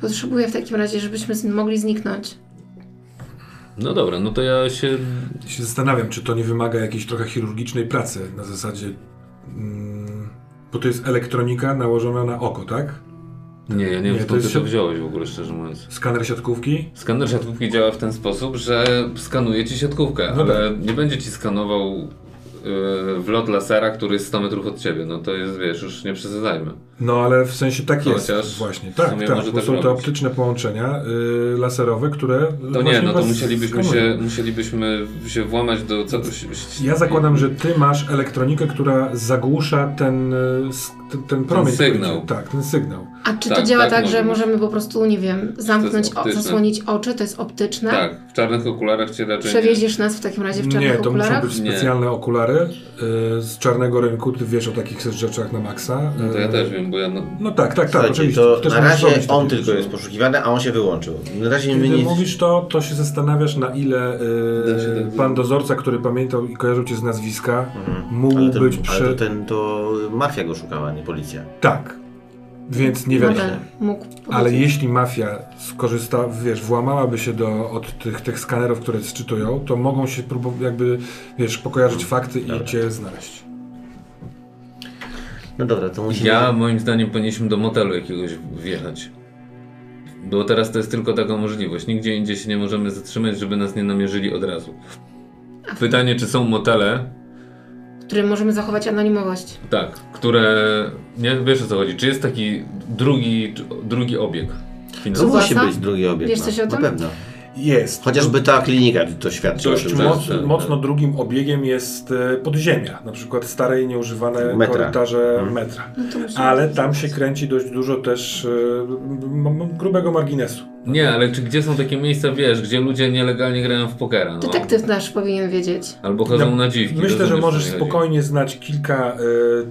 B: Potrzebuję w takim razie, żebyśmy z- mogli zniknąć.
D: No dobra, no to ja się...
A: Ja się zastanawiam, czy to nie wymaga jakiejś trochę chirurgicznej pracy na zasadzie. Mm, bo to jest elektronika nałożona na oko, tak?
D: Nie, ja nie
A: Nie,
D: wiem
A: to
D: skąd ty
A: jest
D: to
A: się-
D: wziąłeś w ogóle, szczerze mówiąc.
A: Skaner siatkówki?
D: Skaner siatkówki działa w ten sposób, że skanuje ci siatkówkę,
A: No
D: ale nie będzie ci skanował yy, wlot lasera, który jest 100 metrów od ciebie. No to jest, wiesz, już nie przesadzajmy.
A: No ale w sensie tak jest.
D: Chociaż
A: właśnie,
D: w
A: tak,
D: sumie
A: tak.
D: może
A: Bo
D: tak
A: są to
D: robić.
A: optyczne połączenia y, laserowe, które.
D: To
A: właśnie
D: nie, no to
A: was
D: musielibyśmy
A: skanują.
D: się, musielibyśmy się włamać do... Co,
A: Ja zakładam, że ty masz elektronikę, która zagłusza ten, y, s- ten, ten promień. który-
D: sygnał.
A: Tak, ten sygnał.
B: A czy to
D: Tak,
B: działa
D: tak,
B: tak, że
D: możemy.
B: możemy po prostu, nie wiem, zamknąć, o,
D: optyczne.
B: zasłonić oczy? To jest optyczne?
D: Tak, w czarnych okularach cię raczej nie...
B: Przewieziesz nas w takim razie w czarnych
A: Nie, to muszą
B: okularach?
A: być
D: Nie.
A: specjalne okulary y, z czarnego rynku. Ty wiesz o takich rzeczach na maksa.
D: No to ja
A: Y,
D: też wiem, bo ja... No,
A: No tak, tak, tak,
C: Słuchajcie,
A: oczywiście.
C: to no.
A: Też
C: na
A: możesz
C: razie
A: robić
C: on
A: takie
C: tylko
A: rzeczy.
C: jest poszukiwany, a on się wyłączył. Na razie my
A: Kiedy
C: nic...
A: mówisz to, to się zastanawiasz na ile
D: Da się
A: e,
D: tak
A: pan dozorca, który pamiętał i kojarzył cię z nazwiska,
C: Mhm.
A: mógł
C: Ale, ten,
A: być
C: ale to,
A: przy...
C: ten, to mafia go szukała, nie policja.
A: Tak, więc
C: No
A: nie wiadomo.
C: tak.
B: Może mógł
A: Ale
B: powiedzieć.
A: jeśli mafia skorzysta, wiesz, włamałaby się do, od tych, tych skanerów, które sczytują, to mogą się próbować jakby, wiesz, pokojarzyć fakty i
C: Dobra.
A: cię znaleźć.
C: No dobra, to musimy...
D: Ja moim zdaniem powinniśmy do motelu jakiegoś wjechać. Bo teraz to jest tylko taka możliwość. Nigdzie indziej się nie możemy zatrzymać, żeby nas nie namierzyli od razu. Pytanie, czy są motele,
B: W którym możemy zachować anonimowość.
D: tak, które... Nie wiesz o co chodzi. Czy jest taki drugi, czy- drugi obieg
C: To
D: finansowy?
C: musi
B: Zobacza?
C: być drugi obiekt.
B: Wiesz coś o
C: no,
B: tym?
C: Na pewno.
A: Jest.
C: Chociażby ta klinika to świadczy o
A: Dość
C: tym,
A: moc,
D: tak, tak.
A: mocno drugim obiegiem jest e, podziemia, na przykład stare i nieużywane
C: Metra. Mhm.
A: korytarze metra. Ale tam się kręci dość dużo też e, m- m- grubego marginesu.
D: Nie, ale czy gdzie są takie miejsca, wiesz, gdzie ludzie nielegalnie grają w pokera, no?
B: Detektyw nasz powinien wiedzieć.
D: Albo chodzą
A: No,
D: na dziwki.
A: Myślę,
D: rozumiesz,
A: że
D: o co
A: możesz
D: mi chodzi.
A: spokojnie znać kilka e,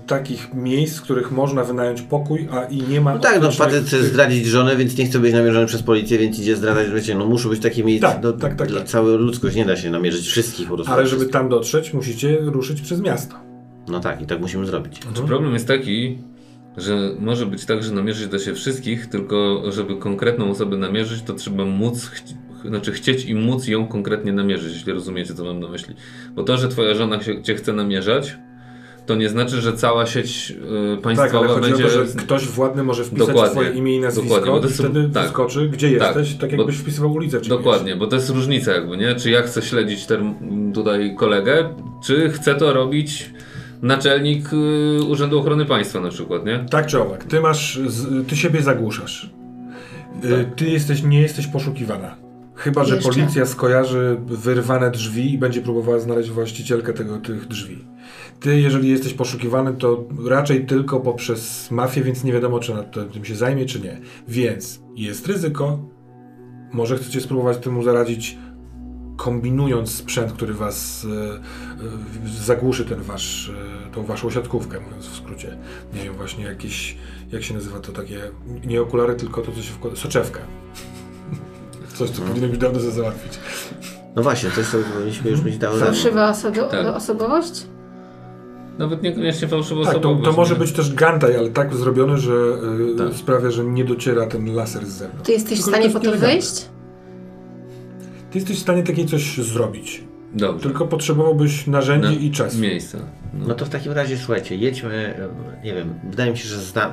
A: takich miejsc, w których można wynająć pokój, a i nie ma...
C: No tak, no
A: optycznych-
C: facet chce zdradzić żonę, więc nie chce być namierzony przez policję, więc idzie zdradzać, wiecie, no muszą być takie miejsca,
A: Tak,
C: no,
A: tak, tak,
C: dla
A: tak.
C: całej ludzkość nie da się namierzyć wszystkich po prostu.
A: Ale żeby tam dotrzeć, musicie ruszyć przez miasto. Mhm.
C: No tak, i tak musimy zrobić.
D: Znaczy, problem jest taki, że może być tak, że namierzyć da się wszystkich, tylko żeby konkretną osobę namierzyć, to trzeba móc, chci- ch- znaczy chcieć i móc ją konkretnie namierzyć, jeśli rozumiecie, co mam na myśli. Bo to, że twoja żona się, cię chce namierzać, to nie znaczy, że cała sieć y,
A: Tak,
D: państwowa
A: ale chodzi
D: będzie...
A: o to, że ktoś władny może wpisać
D: Dokładnie.
A: swoje imię i nazwisko
D: Dokładnie, bo to
A: i
D: są-
A: wtedy
D: tak.
A: wyskoczy, gdzie
D: Tak,
A: jesteś, tak
D: bo-
A: jakbyś wpisywał ulicę. czy
D: Dokładnie, bo to jest różnica jakby, nie? Czy ja chcę śledzić ten tutaj kolegę, czy chce to robić naczelnik y, Urzędu Ochrony Państwa na przykład, nie?
A: Tak czy owak, ty masz, z, ty siebie zagłuszasz. Y, Ty jesteś, nie jesteś poszukiwana. Chyba, że
B: Jeszcze.
A: policja skojarzy wyrwane drzwi i będzie próbowała znaleźć właścicielkę tego, tych drzwi. Ty, jeżeli jesteś poszukiwany, to raczej tylko poprzez mafię, więc nie wiadomo, czy ona to- tym się zajmie, czy nie. Więc jest ryzyko. Może chcecie spróbować temu zaradzić, kombinując sprzęt, który was e, e, zagłuszy ten wasz, e, tą waszą siatkówkę, mówiąc w skrócie. Nie wiem, właśnie jakieś, jak się nazywa to takie, nie okulary, tylko to, co się wkłada, soczewka. Coś, co powinienem już dawno załatwić.
C: No właśnie, coś co powinniśmy już mieć dawno.
B: Fałszywa osobo-
D: Tak.
B: osobowość?
D: Nawet niekoniecznie fałszywą
A: Tak, to,
D: osobowość.
A: to może
D: nie?
A: być też gantaj, ale tak zrobiony, że y,
E: Tak.
A: sprawia, że nie dociera ten laser z zewnątrz.
B: Ty jesteś
A: Tylko,
B: w
A: że
B: stanie
A: to
B: po
A: jest
B: to
A: nielegalne.
B: wyjść?
A: Ty jesteś w stanie takie coś zrobić,
D: Dobrze.
A: tylko potrzebowałbyś narzędzi
D: Na-
A: i czasu.
D: Miejsca. No.
C: No to w takim razie słuchajcie, jedźmy, e, nie wiem, wydaje mi się, że znam.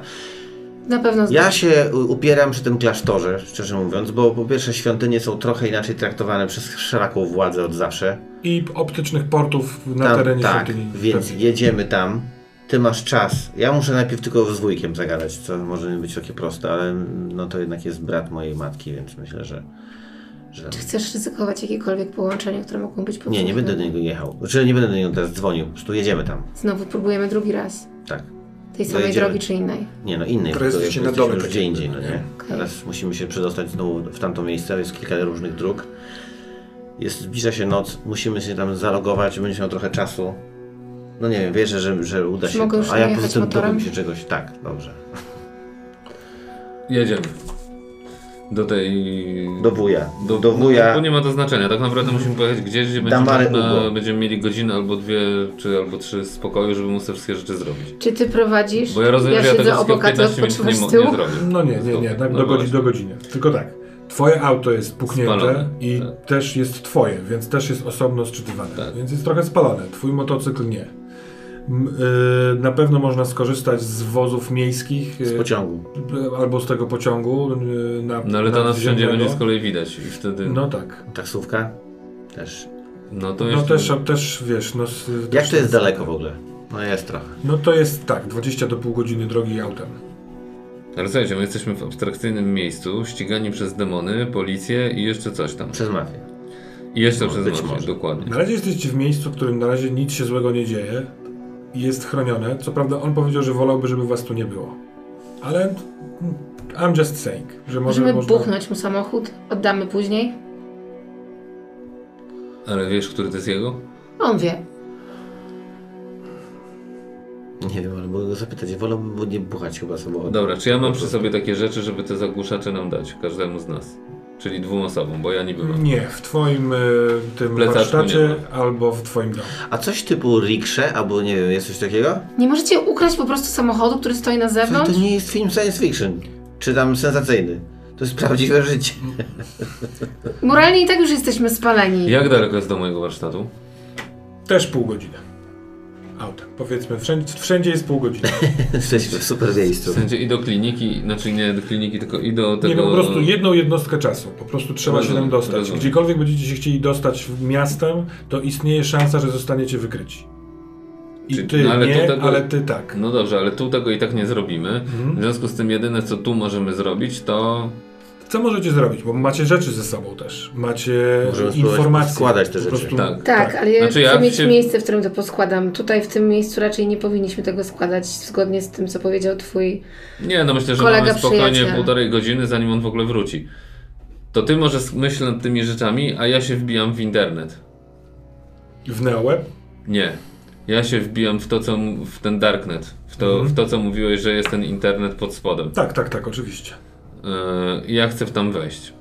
B: Na pewno
C: Ja się u- upieram przy tym klasztorze, szczerze mówiąc, bo po pierwsze świątynie są trochę inaczej traktowane przez wszelaką władzę od zawsze.
A: I optycznych portów na
C: Tam-
A: terenie
C: tak,
A: świątyni.
C: więc
A: pewnie.
C: jedziemy tam. Ty masz czas. Ja muszę najpierw tylko z wujkiem zagadać, co może nie być takie proste, ale no to jednak jest brat mojej matki, więc myślę, że... że...
B: Czy chcesz ryzykować jakiekolwiek połączenia, które mogą być potrzebne?
C: Nie, nie będę do niego jechał. Znaczy nie będę do niego teraz dzwonił, po prostu jedziemy tam.
B: Znowu próbujemy drugi raz.
C: Tak.
B: Tej samej
C: Dojedziemy.
B: drogi czy innej.
C: Nie no, innej,
A: Teraz
C: bo
A: jesteście
C: jakby
A: na dole
C: jesteśmy już
A: tak
C: gdzie
A: jakby,
C: indziej, no
A: nie?
C: nie?
B: Okej.
C: Teraz musimy się przedostać znowu w tamto miejsce, jest kilka różnych dróg. Jest, zbliża się noc, musimy się tam zalogować, będzie miał trochę czasu. No nie wiem, wierzę, że, że uda
B: Czy
C: się
B: mogę
C: to.
B: już
C: A ja poza
B: najechać
C: tym
B: motorem?
C: dowiem się czegoś. Tak, dobrze.
D: Jedziemy. Do tej...
C: Do wuja. Do,
D: no,
C: wuja.
D: Bo nie ma to znaczenia. Tak naprawdę musimy pojechać gdzieś, gdzie będziemy,
C: Damary
D: na,
C: Ugo.
D: będziemy mieli godzinę albo dwie, czy albo trzy spokoju, żeby móc te wszystkie rzeczy zrobić.
B: Czy ty prowadzisz?
D: Bo ja rozumiem, że ja
B: siedzę
D: tego wszystkiego
B: obok,
D: w
B: a ty
D: 15 minut nie,
B: odpoczywasz z
D: mo-
B: tyłu.
D: nie zrobię.
A: No nie, nie, nie, do, godzin,
D: właśnie.
A: do godziny. Tylko tak. Twoje auto jest puknięte
D: Spalone,
A: i
D: tak.
A: też jest twoje, więc też jest osobno sczytywane.
D: Tak.
A: Więc jest trochę spalone. Twój motocykl nie. M, y, na pewno można skorzystać z wozów miejskich y,
C: Z pociągu.
A: y, albo z tego pociągu. y, na,
D: No ale to nas wszędzie
A: nadziemnego.
D: będzie z kolei widać i wtedy... No,
A: No tak.
C: Taksówka? Też.
D: to
A: No
D: jeszcze...
A: też, też wiesz, no... s-
C: Jak
A: też-
C: to jest daleko w ogóle? No jest trochę.
A: No to jest tak, 20 do pół godziny drogi autem.
D: Ale słuchajcie, my jesteśmy w abstrakcyjnym miejscu, ścigani przez demony, policję i jeszcze coś tam.
C: Przez mafię.
D: I jeszcze
A: No,
C: Może,
D: przez
C: być
D: mafię,
C: może.
D: dokładnie.
A: Na razie jesteście w miejscu, w którym na razie nic się złego nie dzieje i jest chronione. Co prawda on powiedział, że wolałby, żeby was tu nie było. Ale mm, I'm just saying, że może
B: Możemy
A: można...
B: buchnąć mu samochód, oddamy później.
D: Ale wiesz, który to jest jego?
B: On wie.
C: Nie wiem, ale mogę go zapytać. Wolałbym bo nie buchać chyba samochodu.
D: Dobra, czy ja mam przy sobie takie rzeczy, żeby te zagłuszacze nam dać, każdemu z nas? Czyli dwóm osobom, bo ja niby mam.
A: Nie, w twoim y, tym
D: Plecaczku
A: warsztacie
D: nie
A: albo w twoim domu.
C: A coś typu rikrze, albo nie wiem, jest coś takiego?
B: Nie możecie ukraść po prostu samochodu, który stoi na
C: Ale
B: zewnątrz?
C: to nie jest film science fiction, czy tam sensacyjny. To jest prawdziwe życie. <laughs>
B: Moralnie i tak już jesteśmy spaleni.
D: Jak daleko jest do mojego warsztatu?
A: Też pół godziny. Autem. Powiedzmy, wszędzie, wszędzie jest pół
D: <laughs>
A: godziny.
C: Jesteśmy w super
D: W
C: miejscu.
D: sensie i do kliniki, znaczy nie do kliniki, tylko i do tego...
A: Nie, no po prostu jedną jednostkę czasu. Po prostu trzeba się
D: Rozumiem,
A: tam dostać.
D: rozumiem.
A: Gdziekolwiek będziecie się chcieli dostać w- miastem, to istnieje szansa, że zostaniecie wykryci. I
D: Czy-
A: ty
D: no ale to
A: nie,
D: tego-
A: ale ty tak.
D: No dobrze, ale tu tego i tak nie zrobimy.
A: Mhm.
D: W związku z tym jedyne, co tu możemy zrobić, to...
A: Co możecie zrobić? Bo macie rzeczy ze sobą też. Macie
C: Możemy spróbować
A: informacje.
C: składać te
A: Po
C: rzeczy.
D: Tak.
B: Tak, ale ja
D: Znaczy,
B: chcę
D: ja
B: mieć
D: się-
B: miejsce, w którym to poskładam. Tutaj, w tym miejscu raczej nie powinniśmy tego składać, zgodnie z tym, co powiedział twój...
D: Nie, no myślę, że
B: Kolega,
D: mamy spokojnie
B: przyjaciel.
D: półtorej godziny, zanim on w ogóle wróci. To ty może myśl nad tymi rzeczami, a ja się wbijam w internet.
A: W Neoweb?
D: Nie. Ja się wbijam w to, co... m- w ten darknet. W to,
A: Mhm.
D: w to co mówiłeś, że jest ten internet pod spodem.
A: Tak, tak, tak, oczywiście.
D: Yy, i ja chcę w tam wejść.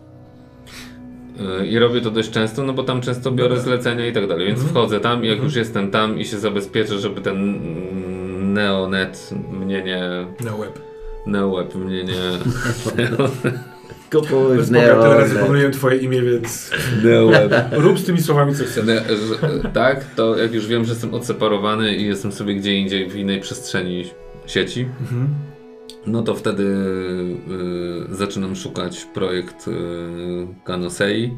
D: Yy, I robię to dość często, no bo tam często biorę zlecenia i tak dalej, więc wchodzę tam i jak już jestem tam i się zabezpieczę, żeby ten mm, neonet mnie nie...
A: Neoweb.
D: neoweb mnie nie...
C: Kupuj w
A: Spoko, ja
C: Nero.
A: tyle razy pomyliłem twoje imię,
D: <laughs>
A: więc
D: neoweb.
A: rób z tymi słowami co chcesz.
D: Ne, że, tak, to jak już wiem, że jestem odseparowany i jestem sobie gdzie indziej w innej przestrzeni sieci,
A: Mhm.
D: no to wtedy y, zaczynam szukać projekt y, Kanosei. Y,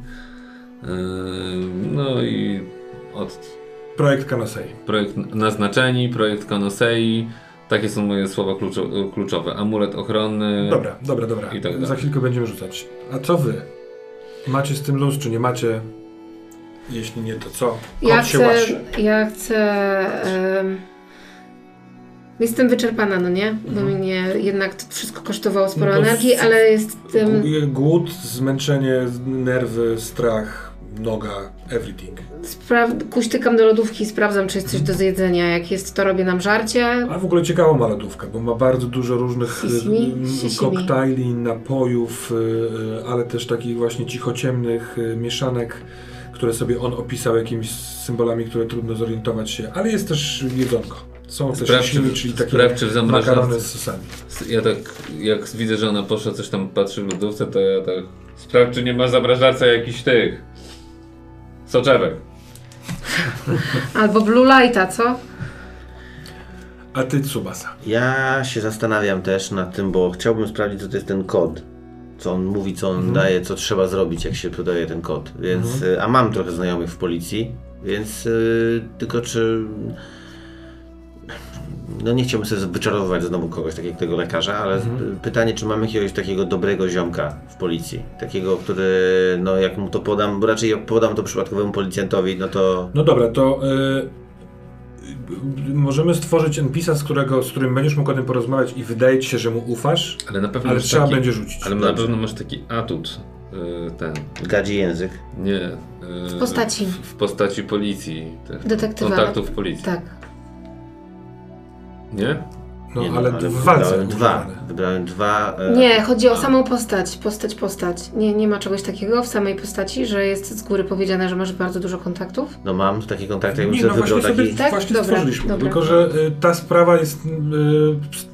D: no i od
A: Projekt Kanosei.
D: projekt naznaczeni, projekt Kanosei. Takie są moje słowa kluczo, kluczowe. Amulet ochronny.
A: Dobra, dobra, dobra.
D: I tak dalej.
A: Za chwilkę będziemy rzucać. A co wy? Macie z tym luz, czy nie macie? Jeśli nie, to co? Kot
B: Ja
A: się
B: chcę,
A: łaszczy.
B: ja chcę. em, jestem wyczerpana, no nie? Bo mnie jednak to wszystko kosztowało sporo
A: No to
B: energii,
A: w-
B: ale jestem
A: G- Głód, zmęczenie, z- nerwy, strach, noga, everything.
B: spraw- kuśtykam do lodówki i sprawdzam, czy jest coś do zjedzenia. Jak jest, to robię nam żarcie.
A: A w ogóle ciekawa ma lodówka, bo ma bardzo dużo różnych y,
B: Sisimi?
A: m,
B: Sisimi.
A: koktajli, napojów, y, y, ale też takich właśnie cichociemnych y, mieszanek, które sobie on opisał jakimiś symbolami, które trudno zorientować się. Ale jest też jedzonko. Są też
D: Sprawdź,
A: sisimi,
D: czy-
A: czyli
D: sprawdź,
A: takie
D: czy w zamrażarce-
A: makarony z sosami.
D: Ja tak, jak widzę, że ona poszła, coś tam patrzy w lodówce, to ja tak... Sprawdź, czy nie ma zamrażarca jakichś tych... Soczewek.
B: Albo Blue Lighta, co?
A: A ty, Tsubasa.
C: Ja się zastanawiam też nad tym, bo chciałbym sprawdzić, co to jest ten kod. Co on mówi, co on
A: Mhm.
C: daje, co trzeba zrobić, jak się podaje ten kod. Więc, y, A mam trochę znajomych w policji, więc y, tylko czy. No nie chciałbym sobie wyczarowywać znowu kogoś, takiego tego lekarza, ale
A: Mhm.
C: y, pytanie, czy mamy jakiegoś takiego dobrego ziomka w policji? Takiego, który, no jak mu to podam, bo raczej jak podam to przypadkowemu policjantowi, no to
A: No dobra, to y, y, możemy stworzyć NPC-a, z, którego, z którym będziesz mógł o tym porozmawiać i wydaje ci się, że mu ufasz,
D: Ale na pewno
A: ale
D: masz
A: trzeba
D: taki,
A: będzie rzucić.
D: Ale na pewno masz taki atut, y, ten,
C: gadzi język.
D: nie... y,
B: W postaci.
D: W, w postaci policji. tych
B: Detektywa.
D: Kontaktów policji.
B: Tak.
D: Nie?
A: No
C: Nie wiem,
A: ale, w walce.
C: wybrałem dwa.
A: używane.
C: Wybrałem dwa. e,
B: Nie, chodzi o samą postać. Postać, postać. Nie, nie ma czegoś takiego w samej postaci, że jest z góry powiedziane, że masz bardzo dużo kontaktów.
C: No mam taki kontakt, jakbym
A: Nie,
C: sobie
A: no
C: wybrał
A: właśnie
C: taki...
A: sobie
B: Tak?
A: właśnie
B: Dobra,
A: stworzyliśmy,
B: dobra.
A: tylko że y, ta sprawa jest... Y, ps-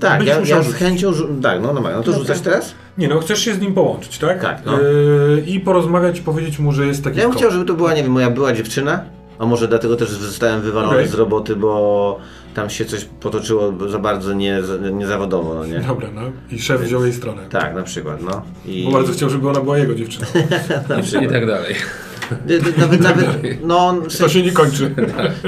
C: Tak,
A: będziesz
C: ja,
A: musiał
C: ja z
A: rzucić.
C: chęcią... Rzu... Tak, no, no, no to
B: Dobra.
C: rzucasz teraz?
A: Nie no, chcesz się z nim połączyć, tak?
C: Tak, no.
A: Y, I porozmawiać i powiedzieć mu, że jest taki
C: Ja bym
A: kot.
C: chciał, żeby to była, nie wiem, moja była dziewczyna. A może dlatego też zostałem wywalony
A: Okej.
C: z roboty, bo tam się coś potoczyło za bardzo nie, niezawodowo, no nie?
A: Dobra, no. I szef wziął jej stronę.
C: Tak, na przykład, no. I...
A: Bo bardzo chciał, żeby ona była jego
C: <laughs>
A: dziewczyną.
D: I tak dalej. <laughs>
C: D- d- Nawet, nawet, no... w
A: To
C: sensie-
A: się nie kończy.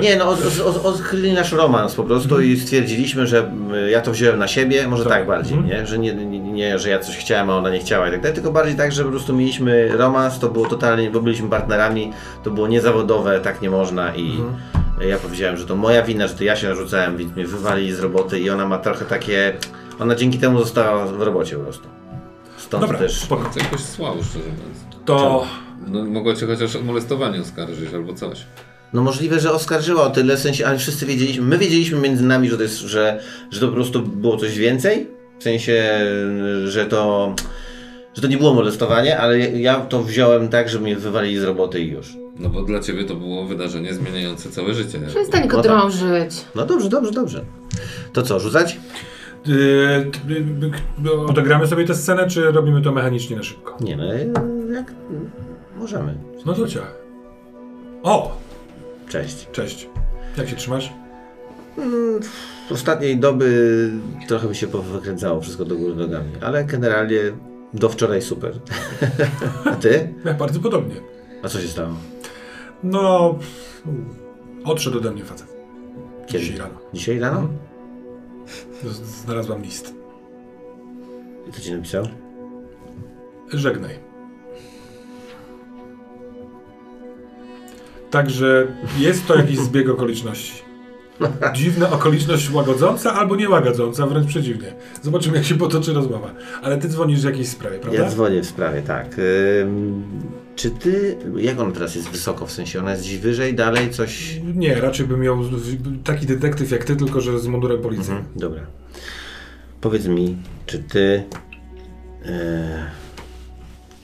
C: Nie, no od, od, od, odkryli nasz romans po prostu i stwierdziliśmy, że mm, ja to wziąłem na siebie, może tak, bardziej, nie? Że nie, nie, nie, że ja coś chciałem, a ona nie chciała i tak dalej, tylko bardziej tak, że po prostu mieliśmy romans, to było totalnie, bo byliśmy partnerami, to było niezawodowe, tak nie można i ja powiedziałem, że to moja wina, że to ja się narzucałem, więc mnie wywalili z roboty i ona ma trochę takie, ona dzięki temu została w robocie po prostu. Stąd
A: Dobra,
C: też...
A: spoko.
D: To jakoś słabo, szczerze mówiąc.
A: To...
D: No, mogło cię chociaż o molestowanie oskarżyć albo coś.
C: No możliwe, że oskarżyła o tyle, w sensie, ale wszyscy wiedzieliśmy, my wiedzieliśmy między nami, że to jest, że, że to po prostu było coś więcej, w sensie, że to, że to nie było molestowanie, ale ja to wziąłem tak, że mnie wywalili z roboty i już.
D: No bo dla ciebie to było wydarzenie zmieniające całe życie.
B: Przestań go
C: No tak.
B: drążyć.
C: No dobrze, dobrze, dobrze. To co, rzucać?
A: y, t- y, k- Odegramy sobie tę scenę, czy robimy to mechanicznie na szybko?
C: Nie no, jak możemy.
A: No to cię. O!
C: Cześć.
A: Cześć. Jak się trzymasz?
C: Ostatniej doby trochę mi się powykręcało wszystko do góry nogami, ale generalnie do wczoraj super. <laughs> A ty?
A: Ja bardzo podobnie.
C: A co się stało?
A: No... Odszedł ode mnie facet.
C: Kiedy?
A: Dzisiaj rano.
C: Dzisiaj rano?
A: Z- Znalazłam list.
C: Co ci napisał?
A: Żegnaj. Także jest to jakiś zbieg okoliczności. Dziwna okoliczność łagodząca albo niełagodząca, wręcz przeciwnie. Zobaczymy, jak się potoczy rozmowa. Ale ty dzwonisz w jakiejś sprawie, prawda?
C: Ja dzwonię w sprawie, tak. Ym, czy ty. Jak ona teraz jest wysoko w sensie? Ona jest gdzieś wyżej, dalej, coś.
A: Nie, raczej bym miał w- taki detektyw jak ty, tylko że z mundurem policji.
C: Mhm, dobra. Powiedz mi, czy ty. e,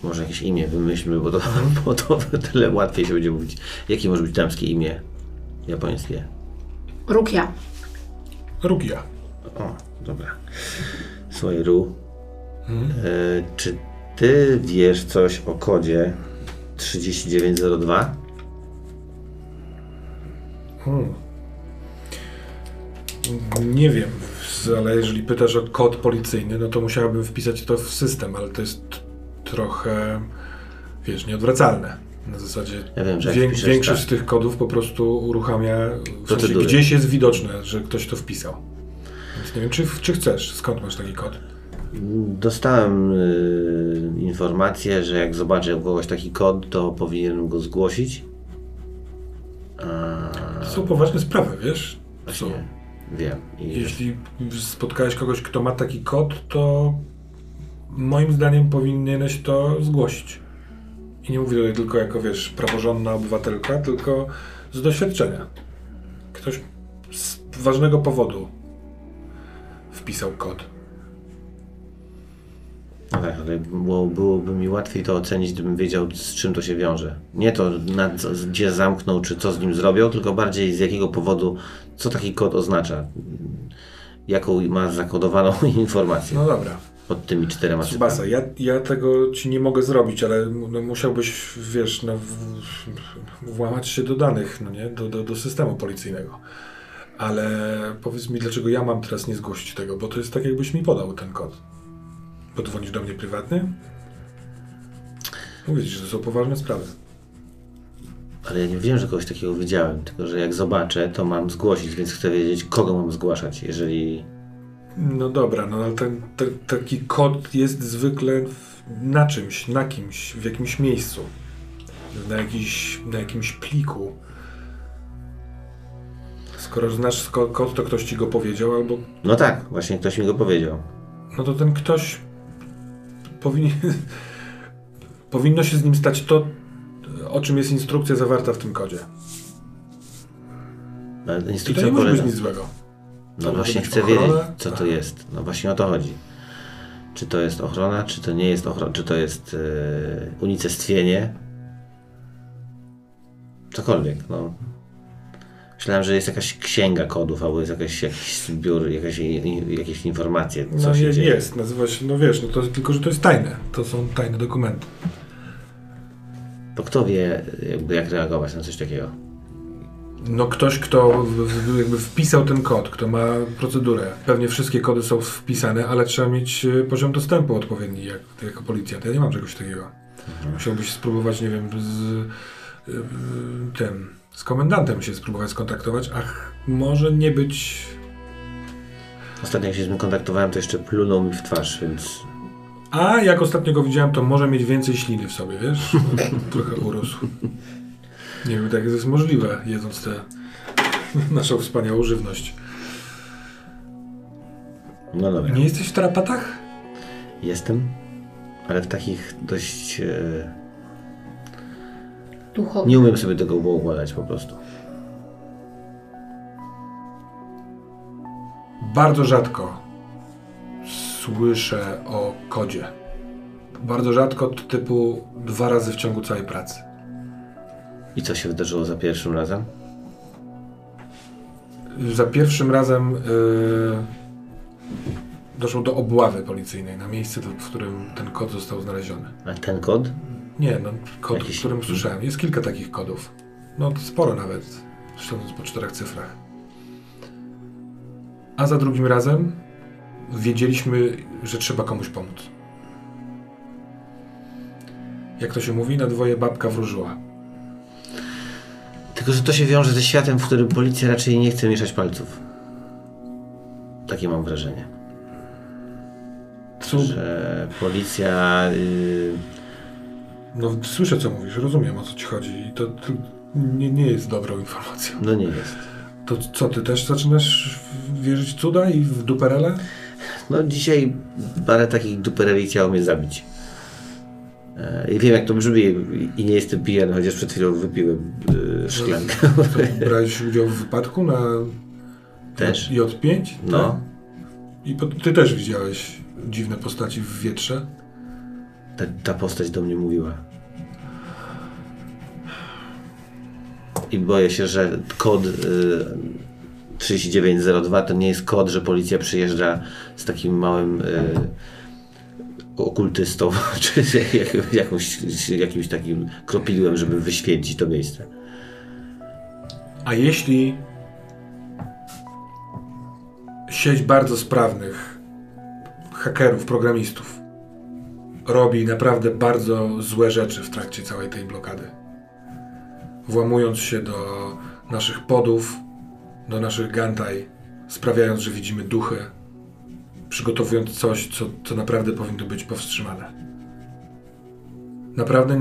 C: może jakieś imię wymyślmy, bo to, <laughs> bo to tyle łatwiej się będzie mówić. Jakie może być damskie imię japońskie?
B: Rukia.
A: Rugia.
C: O, dobra. Słuchaj, Ru. E, czy ty wiesz coś o kodzie 3902?
A: Hmm. Nie wiem, s- ale jeżeli pytasz o kod policyjny, no to musiałabym wpisać to w system, ale to jest trochę, wiesz, nieodwracalne. Na zasadzie
C: Ja wiem, że jak
A: wię-
C: wpiszesz,
A: większość
C: tak.
A: z tych kodów po prostu uruchamia, w sensie
C: Procedury.
A: gdzieś jest widoczne, że ktoś to wpisał. Więc nie wiem, czy, czy chcesz, skąd masz taki kod?
C: Dostałem y, informację, że jak zobaczę u kogoś taki kod, to powinienem go zgłosić. A,
A: To są poważne sprawy, wiesz? To są.
C: właśnie, wiem. I
A: Jeśli spotkałeś kogoś, kto ma taki kod, to moim zdaniem powinieneś to zgłosić. I nie mówię tutaj tylko jako, wiesz, praworządna obywatelka, tylko z doświadczenia. Ktoś z ważnego powodu wpisał kod.
C: No tak, ale było, byłoby mi łatwiej to ocenić, gdybym wiedział, z czym to się wiąże. Nie to, na co, gdzie zamknął, czy co z nim zrobią, tylko bardziej z jakiego powodu, co taki kod oznacza. Jaką ma zakodowaną <laughs> informację
A: No dobra.
C: pod tymi czterema cyframi.
A: Tsubasa, ja, ja tego ci nie mogę zrobić, ale m- no, musiałbyś, wiesz, no, w, włamać się do danych, no nie? Do, do, do systemu policyjnego. Ale powiedz mi, dlaczego ja mam teraz nie zgłosić tego, bo to jest tak, jakbyś mi podał ten kod. Bo dzwonisz do mnie prywatnie? Mówisz, że to są poważne sprawy.
C: Ale ja nie wiem, że kogoś takiego widziałem, tylko że jak zobaczę, to mam zgłosić, więc chcę wiedzieć, kogo mam zgłaszać, jeżeli...
A: No dobra, no ale ten, te- taki kod jest zwykle w, na czymś, na kimś, w jakimś miejscu. Na, jakiś, na jakimś pliku. Skoro znasz sko- kod, to ktoś ci go powiedział, albo.
C: No tak, właśnie ktoś mi go powiedział.
A: No to ten ktoś powinien. <laughs> powinno się z nim stać to, o czym jest instrukcja zawarta w tym kodzie.
C: No, Ale
A: I to
C: instrukcja
A: nie może być
C: polega-
A: nic złego.
C: No
A: To
C: właśnie
A: może być
C: chcę
A: ochrona?
C: wiedzieć, co to
A: Aha.
C: jest. No właśnie o to chodzi. Czy to jest ochrona, czy to nie jest ochrona, czy to jest yy, unicestwienie. Cokolwiek, no. Myślałem, że jest jakaś księga kodów, albo jest jakiś, jakiś zbiór, jakaś, i- jakieś informacje, co
A: No
C: się
A: je-
C: dzieje.
A: jest, nazywa się, no wiesz, no to, tylko że to jest tajne. To są tajne dokumenty.
C: To kto wie, jakby jak reagować na coś takiego?
A: No ktoś, kto w- w- jakby wpisał ten kod, kto ma procedurę. Pewnie wszystkie kody są wpisane, ale trzeba mieć e, poziom dostępu odpowiedni jak, jako policjant. Ja nie mam czegoś takiego. Musiałbyś spróbować, nie wiem, z e, tym, z komendantem się spróbować skontaktować, ach, może nie być,
C: Ostatnio jak się z nim kontaktowałem, to jeszcze plunął mi w twarz, więc
A: a jak ostatnio go widziałem, to może mieć więcej śliny w sobie, wiesz? Trochę urósł. Nie wiem, tak jest możliwe, jedząc tę <laughs> naszą wspaniałą żywność.
C: no dobra.
A: Nie jesteś w tarapatach?
C: Jestem, ale w takich dość... e,
B: Duchowo.
C: Nie umiem sobie tego układać po prostu.
A: Bardzo rzadko słyszę o kodzie. Bardzo rzadko, to typu dwa razy w ciągu całej pracy.
C: I co się wydarzyło za pierwszym razem?
A: Za pierwszym razem yy, doszło do obławy policyjnej na miejsce, do- w którym ten kod został znaleziony.
C: A ten kod?
A: Nie, no kod, o
C: Jakiś- Mhm.
A: którym słyszałem. Jest kilka takich kodów. No sporo nawet, śledząc po czterech cyfrach. A za drugim razem wiedzieliśmy, że trzeba komuś pomóc. Jak to się mówi, na dwoje babka wróżyła.
C: Tylko, że to się wiąże ze światem, w którym policja raczej nie chce mieszać palców. Takie mam wrażenie.
A: Cu...
C: Że policja. y,
A: No słyszę co mówisz, rozumiem o co ci chodzi i to, to nie, nie jest dobrą informacją.
C: no nie jest.
A: To co, ty też zaczynasz w- wierzyć w cuda i w duperele?
C: No dzisiaj parę takich dupereli chciało mnie zabić. E, I wiem jak to brzmi i nie jestem pijany, chociaż przed chwilą wypiłem y, szklankę.
A: To Brałeś udział w wypadku na
C: Też.
A: J5?
C: No.
A: Tak? I po, ty też widziałeś dziwne postaci w wietrze?
C: Ta, ta postać do mnie mówiła. I boję się, że kod y, 3902 to nie jest kod, że policja przyjeżdża z takim małym y, okultystą, <laughs> czy z jak, jakąś, jakimś takim kropidłem, żeby wyświęcić to miejsce.
A: A jeśli sieć bardzo sprawnych hakerów, programistów robi naprawdę bardzo złe rzeczy w trakcie całej tej blokady, włamując się do naszych podów, do naszych gantaj, sprawiając, że widzimy duchy, przygotowując coś, co, co naprawdę powinno być powstrzymane. Naprawdę,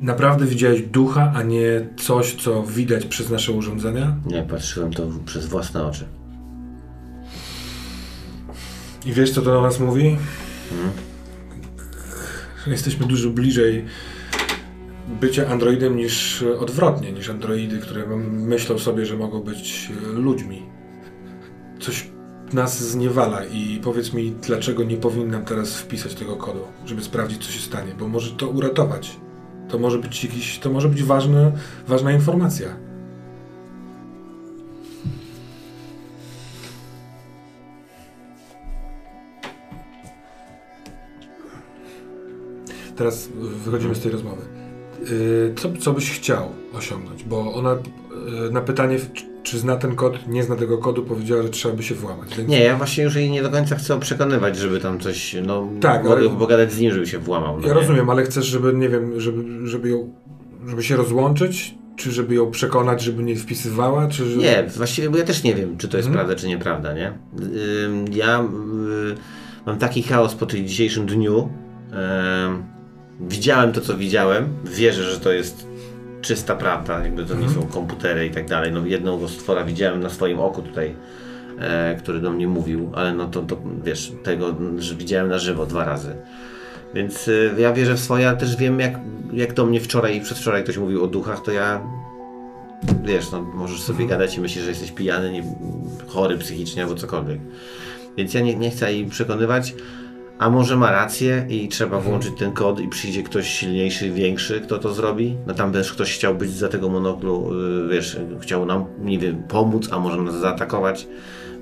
A: naprawdę widziałeś ducha, a nie coś, co widać przez nasze urządzenia?
C: Nie, patrzyłem to przez własne oczy.
A: I wiesz, co to do nas mówi? Jesteśmy dużo bliżej bycia androidem niż e, odwrotnie, niż androidy, które m- myślą sobie, że mogą być e, ludźmi. Coś nas zniewala i powiedz mi, dlaczego nie powinnam teraz wpisać tego kodu, żeby sprawdzić, co się stanie, bo może to uratować. To może być jakiś, to może być ważne, ważna informacja. Teraz y, wychodzimy z tej rozmowy. Y, Co, co byś chciał osiągnąć? Bo ona y, na pytanie, czy- czy zna ten kod, nie zna tego kodu, powiedziała, że trzeba by się włamać. Więc
C: Nie, ja właśnie już jej nie do końca chcę przekonywać, żeby tam coś, no
A: Tak,
C: mogę
A: ale-
C: pogadać z nim, żeby się włamał. no
A: Ja
C: nie?
A: rozumiem, ale chcesz, żeby, nie wiem, żeby, żeby ją, żeby się rozłączyć? Czy żeby ją przekonać, żeby nie wpisywała? Czy żeby...
C: Nie, właściwie bo ja też nie wiem, czy to jest
A: Mhm.
C: prawda, czy nieprawda, nie? Ym, Ja y, mam taki chaos po tym dzisiejszym dniu. Ym, Widziałem to, co widziałem. Wierzę, że to jest czysta prawda, jakby to nie są komputery i tak dalej. No jednego stwora widziałem na swoim oku tutaj, e, który do mnie mówił, ale no to, to wiesz, tego, że widziałem na żywo dwa razy. Więc y, ja wierzę w swoje, ale też wiem, jak, jak do mnie wczoraj i przedwczoraj ktoś mówił o duchach, to ja wiesz, no, możesz sobie gadać i myślisz, że jesteś pijany, nie, chory psychicznie albo cokolwiek. Więc ja nie, nie chcę jej przekonywać, a może ma rację i trzeba włączyć ten kod i przyjdzie ktoś silniejszy, większy, kto to zrobi. No tam też ktoś chciał być za tego monoklu, y, wiesz, chciał nam, nie wiem, pomóc, a może nas zaatakować.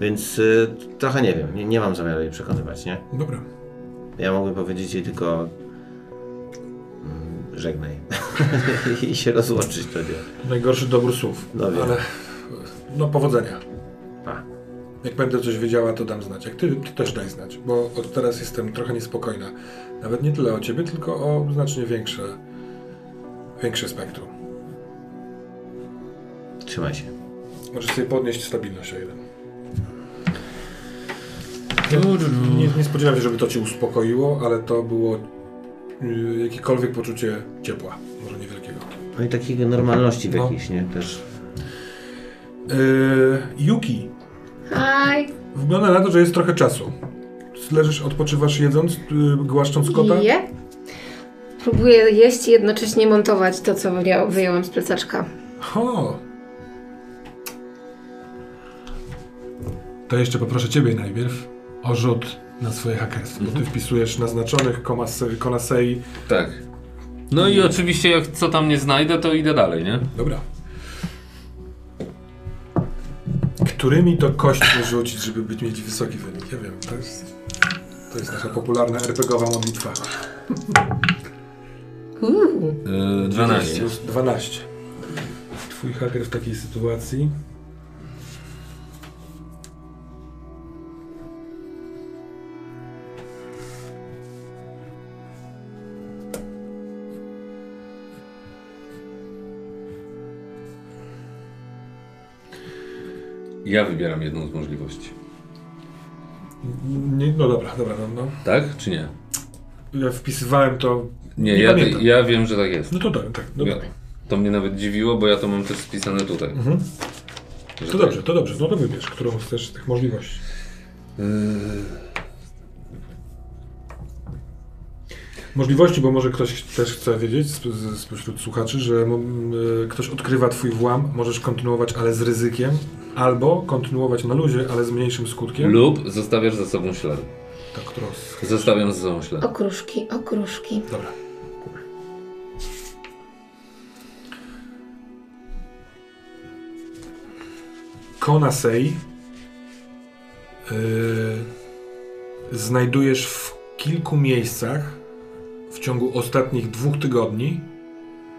C: Więc y, trochę nie wiem, nie, nie mam zamiaru jej przekonywać, nie?
A: Dobra.
C: Ja mogłem powiedzieć jej tylko mm, żegnaj <laughs> i się rozłączyć to nie.
A: Najgorszy dobór słów.
C: No wiem.
A: ale no powodzenia.
C: Pa.
A: Jak będę coś wiedziała, to dam znać. Jak ty, ty też daj znać, bo od teraz jestem trochę niespokojna. Nawet nie tyle o ciebie, tylko o znacznie większe, większe spektrum.
C: Trzymaj się.
A: Możesz sobie podnieść stabilność o jeden. Nie, nie spodziewałem się, żeby to Cię uspokoiło, ale to było y, jakiekolwiek poczucie ciepła, może niewielkiego.
C: No i takiej normalności w
A: No.
C: jakiejś, nie? Też.
A: Yy, Yuki,
B: Hi.
A: wygląda na to, że jest trochę czasu. Leżysz, odpoczywasz jedząc, yy, głaszcząc kota.
B: Je. Próbuję jeść i jednocześnie montować to, co wyja- wyjęłam z plecaczka.
A: Ho! To jeszcze poproszę Ciebie najpierw o rzut na swoje hakerstwo, bo Ty wpisujesz naznaczonych komasy, konasei.
D: Tak.
E: No i oczywiście jak co tam nie znajdę, to idę dalej, nie?
A: Dobra. Którymi to kośćmi rzucić, żeby być, mieć wysoki wynik? Ja wiem, to jest, to jest nasza popularna RPGowa modlitwa.
B: Uuu.
E: Yy,
D: E, Tak
E: 12.
A: Plus 12. Twój haker w takiej sytuacji.
D: Ja wybieram jedną z możliwości.
A: Nie, no dobra, dobra, no, no.
D: Tak czy nie?
A: Ja wpisywałem to.
D: Nie,
A: Nie
D: ja,
A: pamiętam.
D: ja wiem, że tak jest.
A: No to tak, tak. No,
D: Ja, to mnie nawet dziwiło, bo ja to mam też spisane tutaj. Że
A: Mhm. to
D: tak.
A: dobrze, to dobrze. No to wybierz, którą chcesz z tych możliwości. Yy. Możliwości, bo może ktoś też chce wiedzieć sp- z- spośród słuchaczy, że mm, y, ktoś odkrywa twój włam, możesz kontynuować, ale z ryzykiem, albo kontynuować na luzie, ale z mniejszym skutkiem. Tak,
D: Lub zostawiasz za sobą ślady.
A: To którą z...
D: Zostawiam za sobą ślady.
B: Okruszki, okruszki.
A: Dobra. Konasei yy, y, znajdujesz w kilku miejscach w ciągu ostatnich dwóch tygodni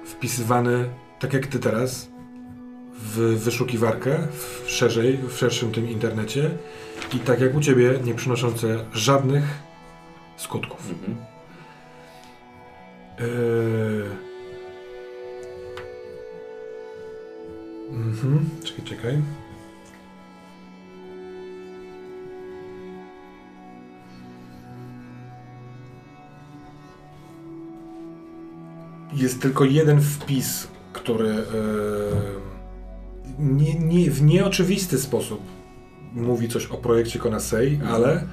A: wpisywany, tak jak ty teraz, w wyszukiwarkę, w szerzej, w szerszym tym internecie i tak jak u ciebie, nie przynoszące żadnych skutków.
D: Mhm.
A: Eee. Mhm, czekaj, czekaj. jest tylko jeden wpis, który e, nie, nie, w nieoczywisty sposób mówi coś o projekcie Konasei, ale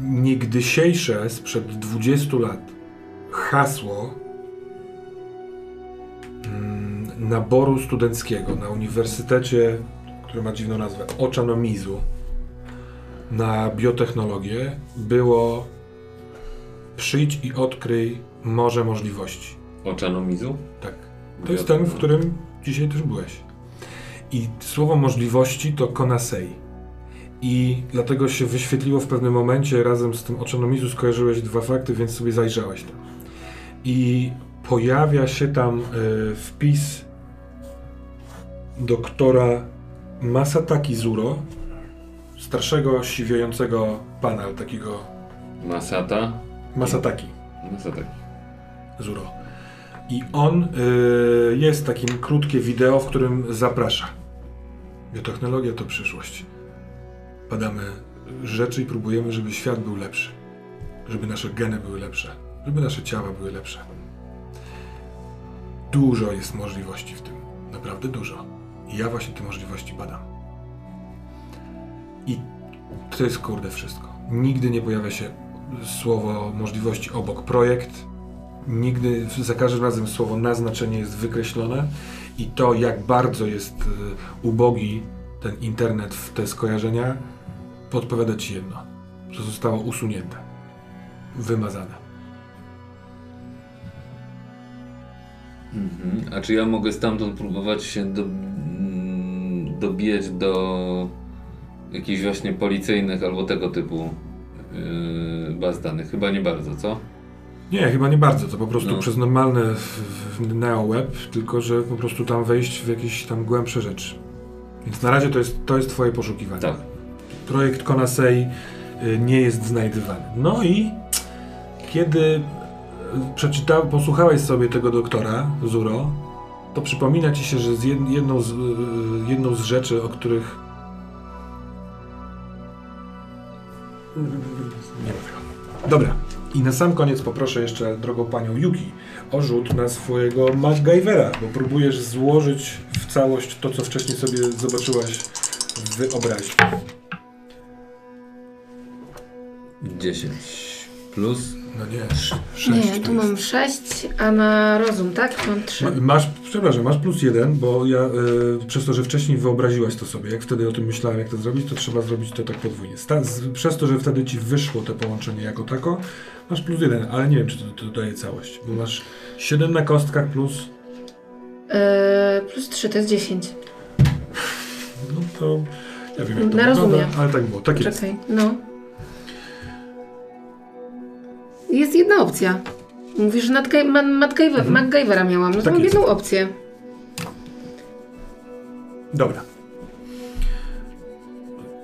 A: niegdysiejsze sprzed 20 lat hasło mm, naboru studenckiego na uniwersytecie, który ma dziwną nazwę, Ochanomizu na biotechnologię było przyjdź i odkryj morze możliwości.
D: Oczanomizu?
A: Tak. To jest ten, w którym dzisiaj też byłeś. I słowo możliwości to konasei. I dlatego się wyświetliło w pewnym momencie, razem z tym oczernomizu skojarzyłeś dwa fakty, więc sobie zajrzałeś tam. I pojawia się tam y, wpis doktora Masataki Zuro, starszego, siwiejącego pana, ale takiego
D: Masata?
A: Masataki.
D: Masata.
A: Zuro. I on y, jest takim krótkie wideo, w którym zaprasza. Biotechnologia to przyszłość. Badamy rzeczy i próbujemy, żeby świat był lepszy. Żeby nasze geny były lepsze. Żeby nasze ciała były lepsze. Dużo jest możliwości w tym. Naprawdę dużo. I ja właśnie te możliwości badam. I to jest kurde wszystko. Nigdy nie pojawia się słowo możliwości obok projekt. Nigdy, za każdym razem słowo naznaczenie jest wykreślone i to, jak bardzo jest y, ubogi ten internet w te skojarzenia, podpowiada ci jedno, że zostało usunięte, wymazane.
D: Mhm. A czy ja mogę stamtąd próbować się do, mm, dobijać do jakichś właśnie policyjnych albo tego typu yy, baz danych? Chyba nie bardzo, co?
A: Nie, chyba nie bardzo, to po prostu
D: No.
A: przez normalne w- w neo-web, tylko że po prostu tam wejść w jakieś tam głębsze rzeczy. Więc na razie to jest, to jest twoje poszukiwanie.
D: Tak.
A: projekt Konasei y, nie jest znajdywany. No i kiedy y, przeczyta, posłuchałeś sobie tego doktora Zuro, to przypomina ci się, że z jed- jedną, z, y, jedną z rzeczy, o których nie ma tego. Dobra. I na sam koniec poproszę jeszcze drogą panią Yuki o rzut na swojego MacGyvera, bo próbujesz złożyć w całość to, co wcześniej sobie zobaczyłaś w wyobraźni.
D: 10 plus
A: No nie,
B: Nie,
A: 6
B: tu mam 6, a na rozum, tak? Mam 3.
A: Masz, przepraszam, masz plus jeden, bo ja y, przez to, że wcześniej wyobraziłaś to sobie, jak wtedy o tym myślałem, jak to zrobić, to trzeba zrobić to tak podwójnie. Sta, z, przez to, że wtedy ci wyszło to połączenie jako tako, masz plus jeden, ale nie wiem, czy to, to daje całość, bo masz 7 na kostkach plus,
B: E, plus 3 to jest 10.
A: no to ja wiem, jak to
B: No, rozumiem.
A: wygląda, ale tak było, tak jest.
B: Czekaj, no. Jest jedna opcja. Mówisz, że nad Ga- ma- MacGyver, MacGyvera miałam. No
A: Mhm.
B: to
A: Tak
B: mam
A: jest.
B: jedną opcję.
A: Dobra.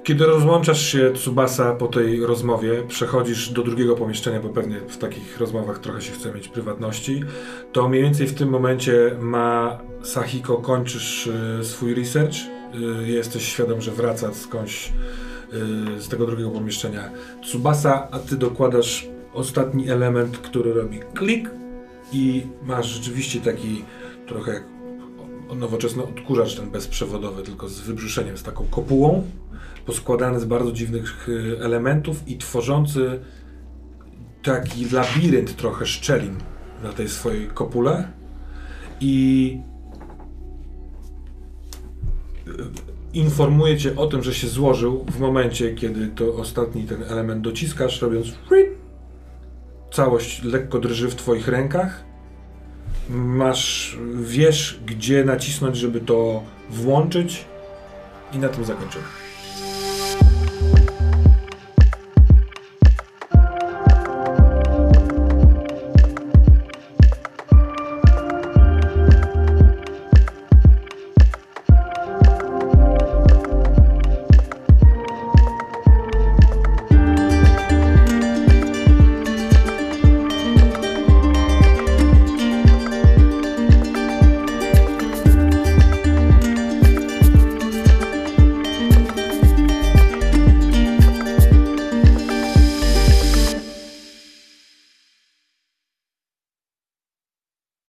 A: Kiedy rozłączasz się, Tsubasa, po tej rozmowie, przechodzisz do drugiego pomieszczenia, bo pewnie w takich rozmowach trochę się chce mieć prywatności, to mniej więcej w tym momencie ma Sahiko, kończysz y, swój research, y, jesteś świadom, że wraca skądś y, z tego drugiego pomieszczenia Tsubasa, a ty dokładasz ostatni element, który robi klik i masz rzeczywiście taki trochę jak o- nowoczesny odkurzacz ten bezprzewodowy, tylko z wybrzuszeniem, z taką kopułą, poskładany z bardzo dziwnych y, elementów i tworzący taki labirynt trochę szczelin na tej swojej kopule i y, informuje cię o tym, że się złożył w momencie, kiedy to ostatni ten element dociskasz, robiąc frit. całość lekko drży w twoich rękach masz, wiesz, gdzie nacisnąć, żeby to włączyć i na tym zakończymy.